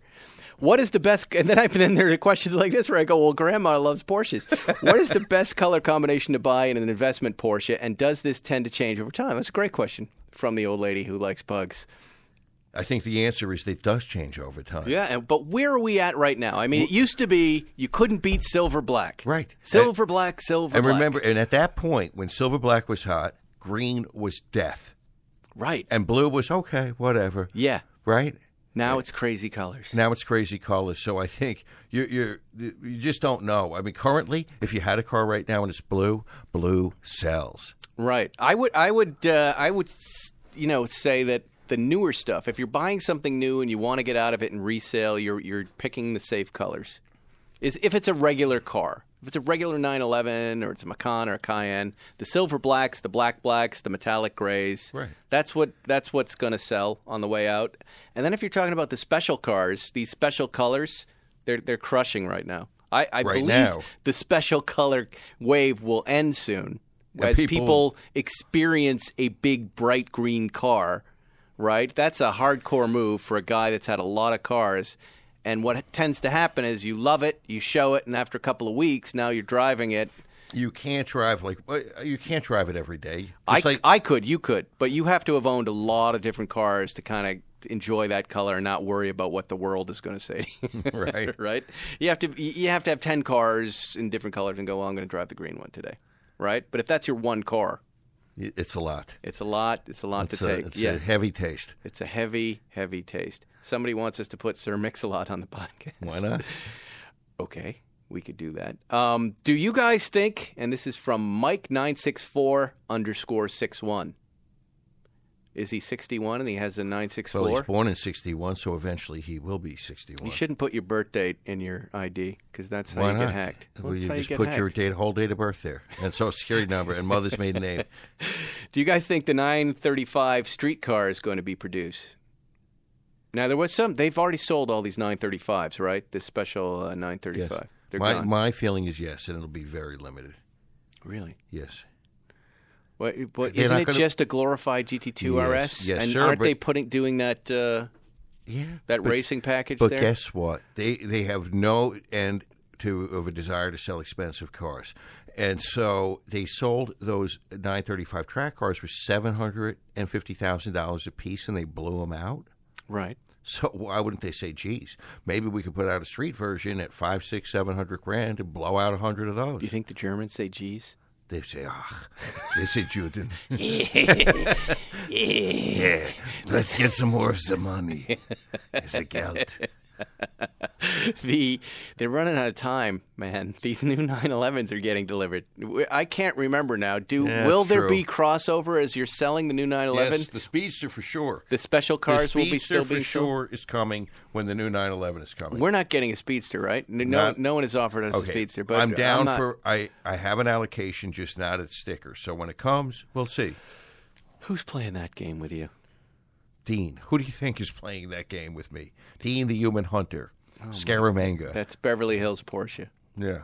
What is the best? And then I then there are questions like this where I go, "Well, grandma loves Porsches. what is the best color combination to buy in an investment Porsche? And does this tend to change over time?" That's a great question from the old lady who likes pugs.
I think the answer is that it does change over time.
Yeah, and, but where are we at right now? I mean, it used to be you couldn't beat silver black.
Right.
Silver black, silver.
And
black.
remember, and at that point, when silver black was hot, green was death,
right?
and blue was okay, whatever.
Yeah.
Right.
Now it's crazy colors.
Now it's crazy colors. So I think you you you just don't know. I mean, currently, if you had a car right now and it's blue, blue sells.
Right. I would. I would. Uh, I would. s- You know, say that the newer stuff. If you're buying something new and you want to get out of it and resale, you're you're picking the safe colors. Is if it's a regular car. If it's a regular 911 or it's a Macan or a Cayenne, the silver blacks, the black blacks, the metallic grays.
Right.
That's what that's what's going to sell on the way out. And then if you're talking about the special cars, these special colors, they're they're crushing right now. I, I
Right
believe
now.
the special color wave will end soon
When
as
people-
people, experience a big bright green car, right? That's a hardcore move for a guy that's had a lot of cars. And what tends to happen is you love it, you show it, and after a couple of weeks, now you're driving it.
you can't drive like well, you can't drive it every day.
I,
It's like
I could, you could, but you have to have owned a lot of different cars to kind of enjoy that color and not worry about what the world is going to say to you.
Right.
right? You have to you have to have 10 cars in different colors and go, "Well, I'm going to drive the green one today." Right? But if that's your one car,
it's a lot.
it's a lot, it's a lot
It's,
to
a,
take.
it's
yeah.
a heavy taste.
It's a heavy, heavy taste. Somebody wants us to put Sir Mix-a-Lot on the podcast.
Why not?
Okay, we could do that. Um, do you guys think? And this is from Mike nine six four underscore six one. Is he sixty one and he has a nine six
Well, he's
four?
born in '61, so eventually he will be 61.
You shouldn't put your birth date in your ID because that's how
Why
you
not?
get hacked.
Well,
that's
you
how
just
get
put
hacked.
your date, whole date of birth there, and social security number, and mother's maiden name.
Do you guys think the 935 streetcar is going to be produced? Now there was some. They've already sold all these 935s, right? This special uh, 935. They're
My
gone.
my feeling is yes, and it'll be very limited.
Really?
Yes.
What, what,
They're
isn't
not
it
gonna-
just a glorified GT2
Yes,
RS?
yes,
and
sir,
aren't
but-
they putting doing that uh,
Yeah.
that
but-
racing package
But
there?
guess what? They they have no end to of a desire to sell expensive cars, and so they sold those 935 track cars for seven hundred and fifty thousand dollars a piece, and they blew them out.
right.
So why wouldn't they say, "Geez, maybe we could put out a street version at five, six, seven hundred grand and blow out a hundred of those"?
Do you think the Germans say "geez"?
they say, "Ah, they say Juden."
Yeah.
yeah, let's get some more of the money. It's a geld.
the they're running out of time, man. These new 911s are getting delivered. W- I can't remember now. Do
Yeah,
will
that's
there
true.
be crossover as you're selling the new 911?
Yes, the speedster for sure.
The special cars
the
will be
Speedster
still
for
being sold?
sure is coming when the new 911 is coming.
We're not getting a speedster, right? N- No,
Not-
no one has offered us
okay.
a speedster. But
I'm down
not-
for I I have an allocation just not at sticker. So when it comes, we'll see.
who's playing that game with you.
Dean, who do you think is playing that game with me? Dean the human hunter.
Oh,
Scaramanga.
That's Beverly Hills Porsche.
yeah.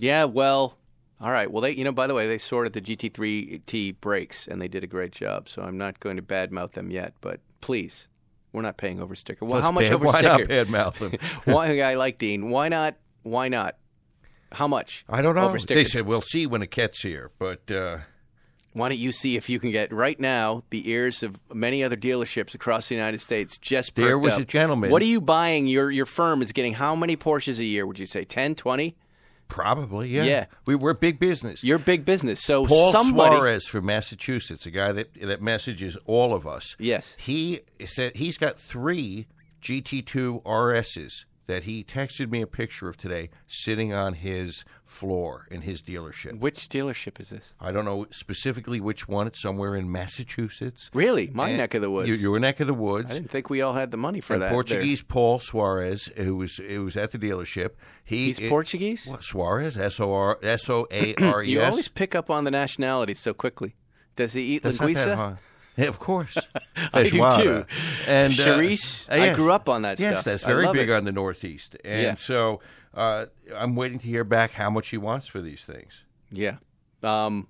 Yeah, well, all right. Well, they, you know, by the way, they sorted the GT3T brakes, and they did a great job. So I'm not going to badmouth them yet, but please, we're not paying over sticker. Well,
Let's
how much
bad-
over
why
sticker?
not bad mouth him?
why I like Dean. Why not? Why not? How much?
I don't know.
Over sticker.
They said we'll see when it gets here, but uh,
Why don't you see if you can get right now the ears of many other dealerships across the United States just
There
perked
was
up.
a gentleman-
What are you buying? Your your firm is getting how many Porsches a year? Would you say 10, 20?
probably yeah.
Yeah.
We we're big business.
You're big business. So
Paul
somebody
Suarez from Massachusetts, a guy that that messages all of us.
Yes.
he said he's got three GT2 RSs that he texted me a picture of today, sitting on his floor in his dealership.
Which dealership is this?
I don't know specifically which one. It's somewhere in Massachusetts.
Really, my
And
neck of the woods.
Your, your neck of the woods.
I didn't think we all had the money for
and
that.
Portuguese Paul Suarez, who was who was at the dealership, he
He's
it-
Portuguese?
What, Suarez, S O R S O A R
You
E S.
always pick up on the nationalities so quickly. Does he eat
That's not
linguiça?
that hard. Yeah, of course.
I do
Feijoada.
too.
And
Charisse.
uh,
I
yes.
grew up on that
yes,
stuff.
that's
I
very
love
big
it.
on the Northeast. And
Yeah.
so uh, I'm waiting to hear back how much he wants for these things.
Yeah. Um.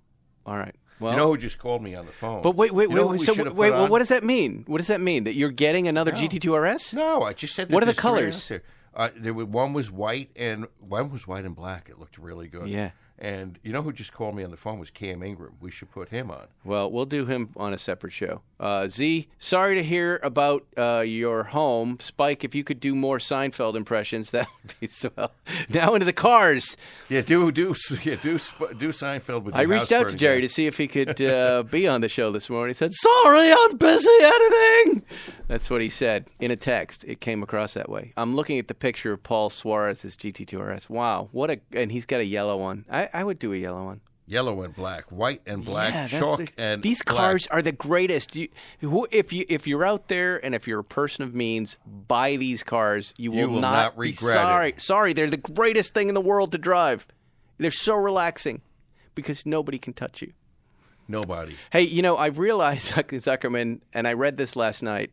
All right. Well.
you know who just called me on the phone?
but wait, wait,
You know
wait.
who we
so
should
wait.
have put
well,
on?
what does that mean? What does that mean? That you're getting another GT2 RS?
No, I just said. That
What are the
there's three
colors?
out There. Uh, there were, one was white and one was white and black. It looked really good.
Yeah.
And you know who just called me on the phone was Cam Ingram. We should put him on.
Well, we'll do him on a separate show. Uh, Z, sorry to hear about uh, your home. Spike, if you could do more Seinfeld impressions, that would be so. Now into the cars.
Yeah, do do yeah, do Sp- do Seinfeld with.
I
your
reached
house
out to
burning
Jerry
down.
to see if he could uh, be on the show this morning. He said, Sorry, I'm busy editing. That's what he said in a text. It came across that way. I'm looking at the picture of Paul Suarez's GT2RS. Wow. What a. And he's got a yellow one. I, I would do a yellow one.
yellow and black, white and black,
Yeah, that's
chalk
the-
and
these
black.
cars are the greatest. You, who, if you if you're out there and if you're a person of means, buy these cars. You will,
You will not
be
regret it.
sorry, sorry, they're the greatest thing in the world to drive. They're so relaxing because nobody can touch you.
Nobody.
Hey, you know, I realized Zuck- Zuckerman, and I read this last night.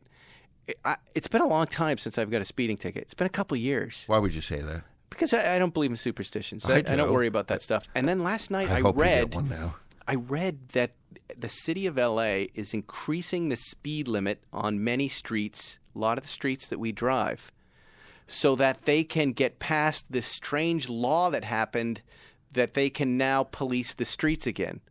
It, I, it's been a long time since I've got a speeding ticket. It's been a couple years
Why would you say that?
because I, I don't believe in superstitions.
I
I, don't
do.
worry about that stuff. And then last night I,
hope
read
you get one now.
I read that the city of LA is increasing the speed limit on many streets, a lot of the streets that we drive, so that they can get past this strange law that happened that they can now police the streets again.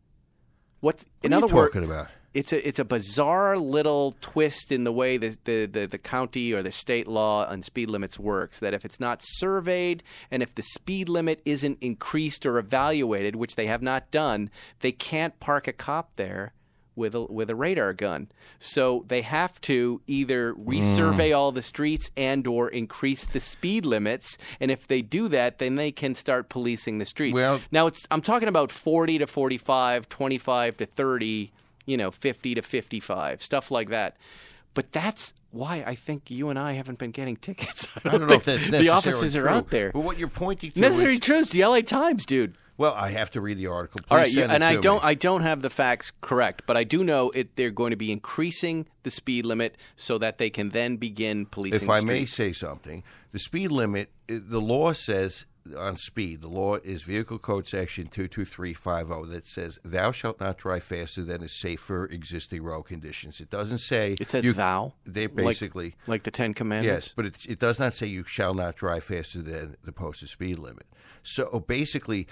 What's in
what are
other
you
words,
talking about?
it's a it's a bizarre little twist in the way the, the, the, the county or the state law on speed limits works. That if it's not surveyed and if the speed limit isn't increased or evaluated, which they have not done, they can't park a cop there with a, with a radar gun. So they have to either resurvey all the streets and or increase the speed limits. And if they do that, then they can start policing the streets.
Well-
now it's I'm talking about 40 to 45, 25 to 30 you know, 50 to 55, stuff like that. But that's why I think you and I haven't been getting tickets.
I don't know if
think
that's
the
necessarily
offices are
true,
out there.
But what you're pointing to
Necessary
is
truths, the LA Times, dude.
well, I have to read the article. Please
All right, you-
send it
and I
to
don't,
Me.
I don't have the facts correct, but I do know it. They're going to be increasing the speed limit so that they can then begin policing.
if
the
I may
streets.
say something, the speed limit, i- the law says on speed, the law is Vehicle Code Section 22350 that says, Thou shalt not drive faster than is safe for existing road conditions. It doesn't say.
it says
you-
thou.
They
like-
basically.
like, the Ten Commandments.
Yes, but it, it does not say you shall not drive faster than the posted speed limit. So oh, basically,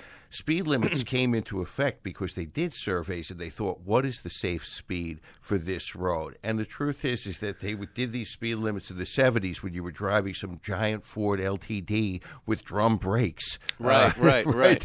speed limits came into effect because they did surveys and they thought, what is the safe speed for this road? And the truth is, is that they would- did these speed limits in the 70s when you were driving some giant Ford LTD with drum brakes. Uh,
Right, right,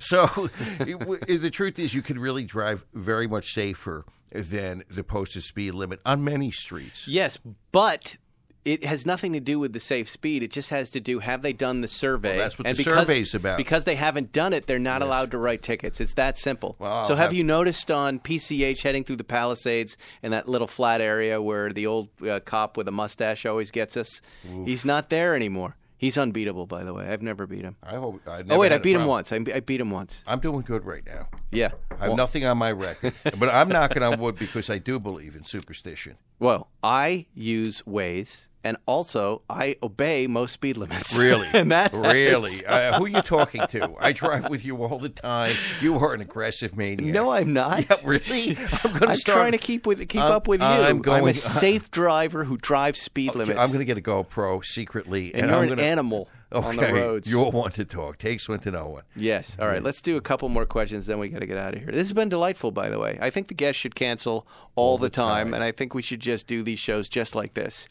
So it w- the truth is, you can really drive very much safer than the posted speed limit on many streets.
Yes, but it has nothing to do with the safe speed. It just has to do have they done the survey?
that's what
and
the
because,
survey's about.
Because they haven't done it, they're not allowed to write tickets. It's that simple.
Well, I'll
so have,
have-
you noticed on PCH heading through the Palisades and that little flat area where the old uh, cop with a mustache always gets us? He's not there anymore. He's unbeatable, by the way. I've never beat him.
I hope.
oh
I never
wait, I
had a
beat him
problem.
once. I, I beat him once.
I'm doing good right now.
Yeah.
I have
Well-
nothing on my record, but I'm knocking on wood because I do believe in superstition.
Well, I use Waze, and also I obey most speed limits.
Really,
and that
really. Uh, who are you talking to? I drive with you all the time. You are an aggressive maniac.
No, I'm not.
Yeah, really. I'm going
I'm
start.
trying to keep with keep
I'm-
up with you.
I'm going. Oh,
a safe driver who drives speed limits.
I'm going to get a GoPro secretly,
and,
and,
you're
I'm
an
gonna,
animal
Okay,
on the roads.
you're one to talk. Takes one to know one.
Yes. All right. Let's do a couple more questions, then we got to get out of here. This has been delightful, by the way. I think the guests should cancel all, the, time, and I think we should just do these shows just like this.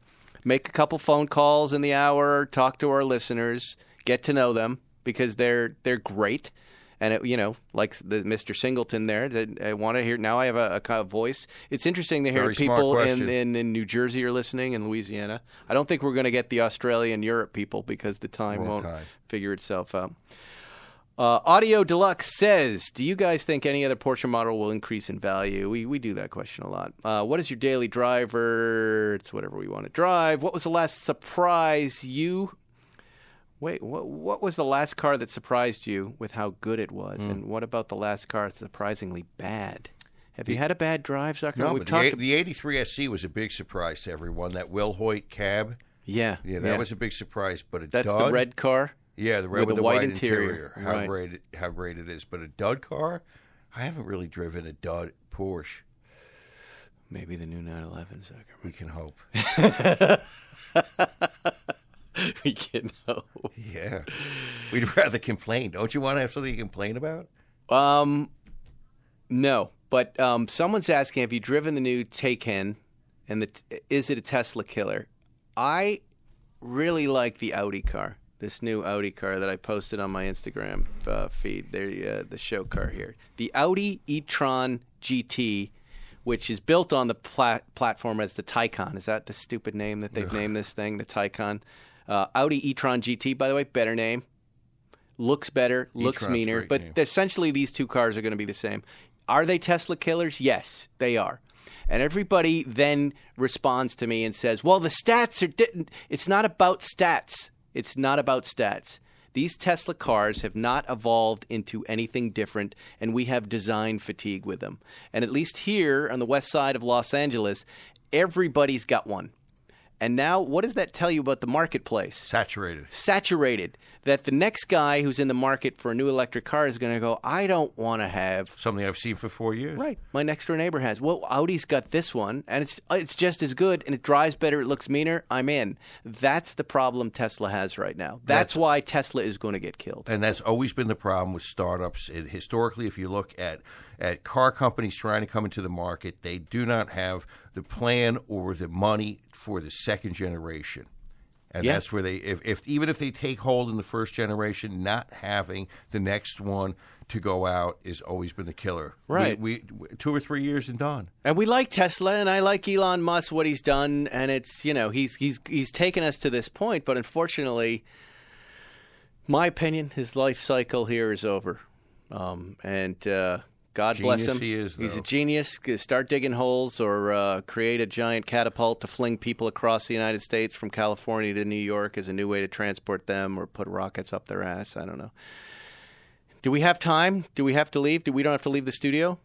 Make a couple phone calls in the hour, talk to our listeners, get to know them because they're they're great. And it, you know, like the Mr. Singleton there, that I want to hear. Now I have a, a kind of voice. It's interesting to hear
Very smart
people in,
question.
in in New Jersey are listening, in Louisiana. I don't think we're going to get the Australia and Europe people because the time
Wrong
won't
time.
figure itself out. Uh, Audio Deluxe says, "Do you guys think any other Porsche model will increase in value?" We we do that question a lot. Uh, what is your daily driver? It's whatever we want to drive. What was the last surprise you? Wait, what what was the last car that surprised you with how good it was,
Hmm.
and what about the last car that's surprisingly bad? Have you had a bad drive, Zucker?
No,
We've
but the,
talked.
eight- the 83 SC was a big surprise to everyone. That Will Hoyt cab,
yeah,
yeah, that was a big surprise. But a
that's the
dud-
red car.
yeah, the
with
red with
the
the
white
white,
interior,
interior. How
right.
great, it, how great it is! But a dud car, I haven't really driven a dud Porsche.
Maybe the new 911, Zucker.
We can hope.
we can know.
Yeah, we'd rather complain. Don't you want to have something to complain about?
Um, no, but um, someone's asking, have you driven the new Taycan, and the, is it a Tesla killer? I really like the Audi car. This new Audi car that I posted on my Instagram uh, feed, the uh, the show car here, the Audi e-tron GT, which is built on the pla- platform as the Taycan. Is that the stupid name that they've named this thing, the Taycan? Uh, Audi e-tron GT, by the way, better name, looks better, looks
E-tron's
meaner,
great
but
name.
essentially these two cars are going to be the same. Are they Tesla killers? Yes, they are. And everybody then responds to me and says, "Well, the stats are didn't. It's not about stats. It's not about stats. These Tesla cars have not evolved into anything different, and we have design fatigue with them. And at least here on the west side of Los Angeles, everybody's got one. And now, what does that tell you about the marketplace?
Saturated.
saturated that the next guy who's in the market for a new electric car is going to go, I don't want to have.
Something I've seen for four years.
Right, my next door neighbor has. Well, Audi's got this one, and it's uh, it's just as good, and it drives better, it looks meaner. I'm in. That's the problem Tesla has right now. That's, why Tesla is going to get killed.
and that's always been the problem with startups. It, historically, if you look at at car companies trying to come into the market, they do not have the plan or the money for the second generation. And
Yeah.
that's where they, if, if even if they take hold in the first generation, not having the next one to go out has always been the killer. We-
Right.
we, two or three years and done.
And we like Tesla, and I like Elon Musk, what he's done, and it's you know he's he's he's taken us to this point, but unfortunately, my opinion, his life cycle here is over, um, and uh, God bless
Genius
him.
he is,
he's a
though.
genius. G- Start digging holes, or uh, create a giant catapult to fling people across the United States from California to New York as a new way to transport them, or put rockets up their ass. I don't know. Do we have time? Do we have to leave? Do we don't have to leave the studio?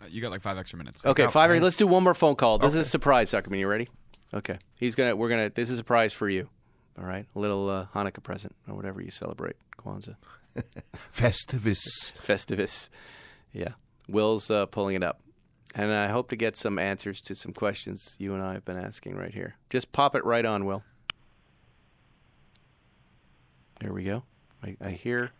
Uh, you got like five extra minutes.
Okay, five. Let's do one more phone call. This is a surprise, Zuckerman. You ready? Okay. He's gonna. We're gonna. This is a surprise for you. All right. A little uh, Hanukkah present or whatever you celebrate, Kwanzaa,
Festivus.
Festivus. Yeah. Will's uh, pulling it up, and I hope to get some answers to some questions you and I have been asking right here. Just pop it right on, Will. There we go. I, I hear.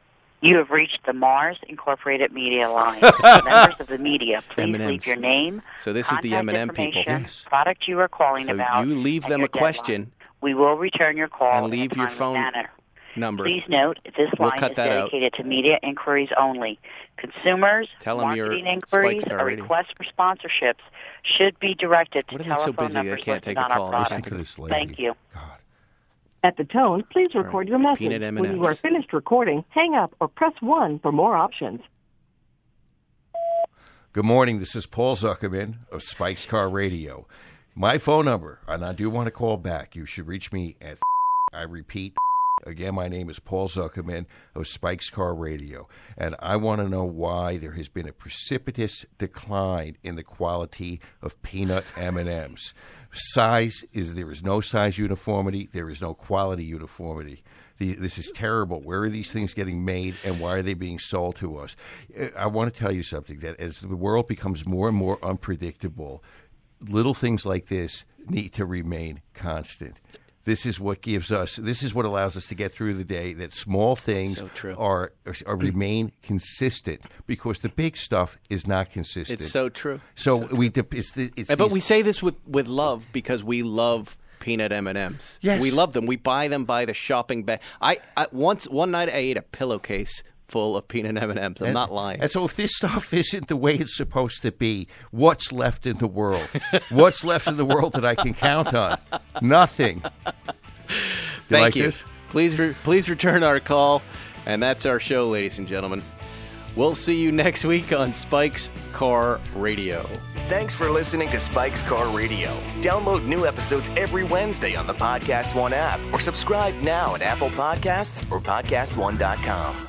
You have reached the Mars Incorporated Media Line. Members of the media, please
M&Ms.
leave your name,
So this is the
contact
M&M people.
information,
Yes.
product you are calling
So
about,
you leave
and
them
your
a question
deadline. We will return your call
and
in a
leave your
timely
phone-
manner.
number.
Please note this
We'll
line
cut
is
that out.
dedicated to media inquiries only. Consumers,
Tell 'em you're
marketing
Spike's
inquiries,
Car
or
Radio.
requests for sponsorships should be directed to
What are they so
telephone
busy they
numbers
can't
listed
take a
on our
call?
product.
Listen to this lady.
Thank you.
God.
At the tone, please
right.
record your message.
Peanut M&Ms.
when you are finished recording, hang up or press 1 for more options.
Good morning. This is Paul Zuckerman of Spike's Car Radio. My phone number, and I do want to call back. You should reach me at. I repeat. Again, my name is Paul Zuckerman of Spike's Car Radio, and I want to know why there has been a precipitous decline in the quality of peanut M&Ms. Size is there is no size uniformity, there is no quality uniformity. The, this is terrible. Where are these things getting made, and why are they being sold to us? I- I want to tell you something that as the world becomes more and more unpredictable, little things like this need to remain constant. This is what gives us. This is what allows us to get through the day. That small things
So true.
are, are are- remain consistent because the big stuff is not consistent.
It's so true.
So, we. dep it's the. It's
Yeah, but
these-
we say this with, with love because we love peanut M and M's.
Yes.
we love them. We buy them by the shopping bag. I, I once one night I ate a pillowcase full of peanut M and M's. I'm
And-
not lying.
And so, if this stuff isn't the way it's supposed to be, what's left in the world? what's left in the world that I can count on? Nothing. You
Thank
like
you.
this?
Please re- please return our call, and that's our show, ladies and gentlemen. We'll see you next week on Spike's Car Radio.
Thanks for listening to Spike's Car Radio. Download new episodes every Wednesday on the Podcast One app or subscribe now at Apple Podcasts or PodcastOne.com.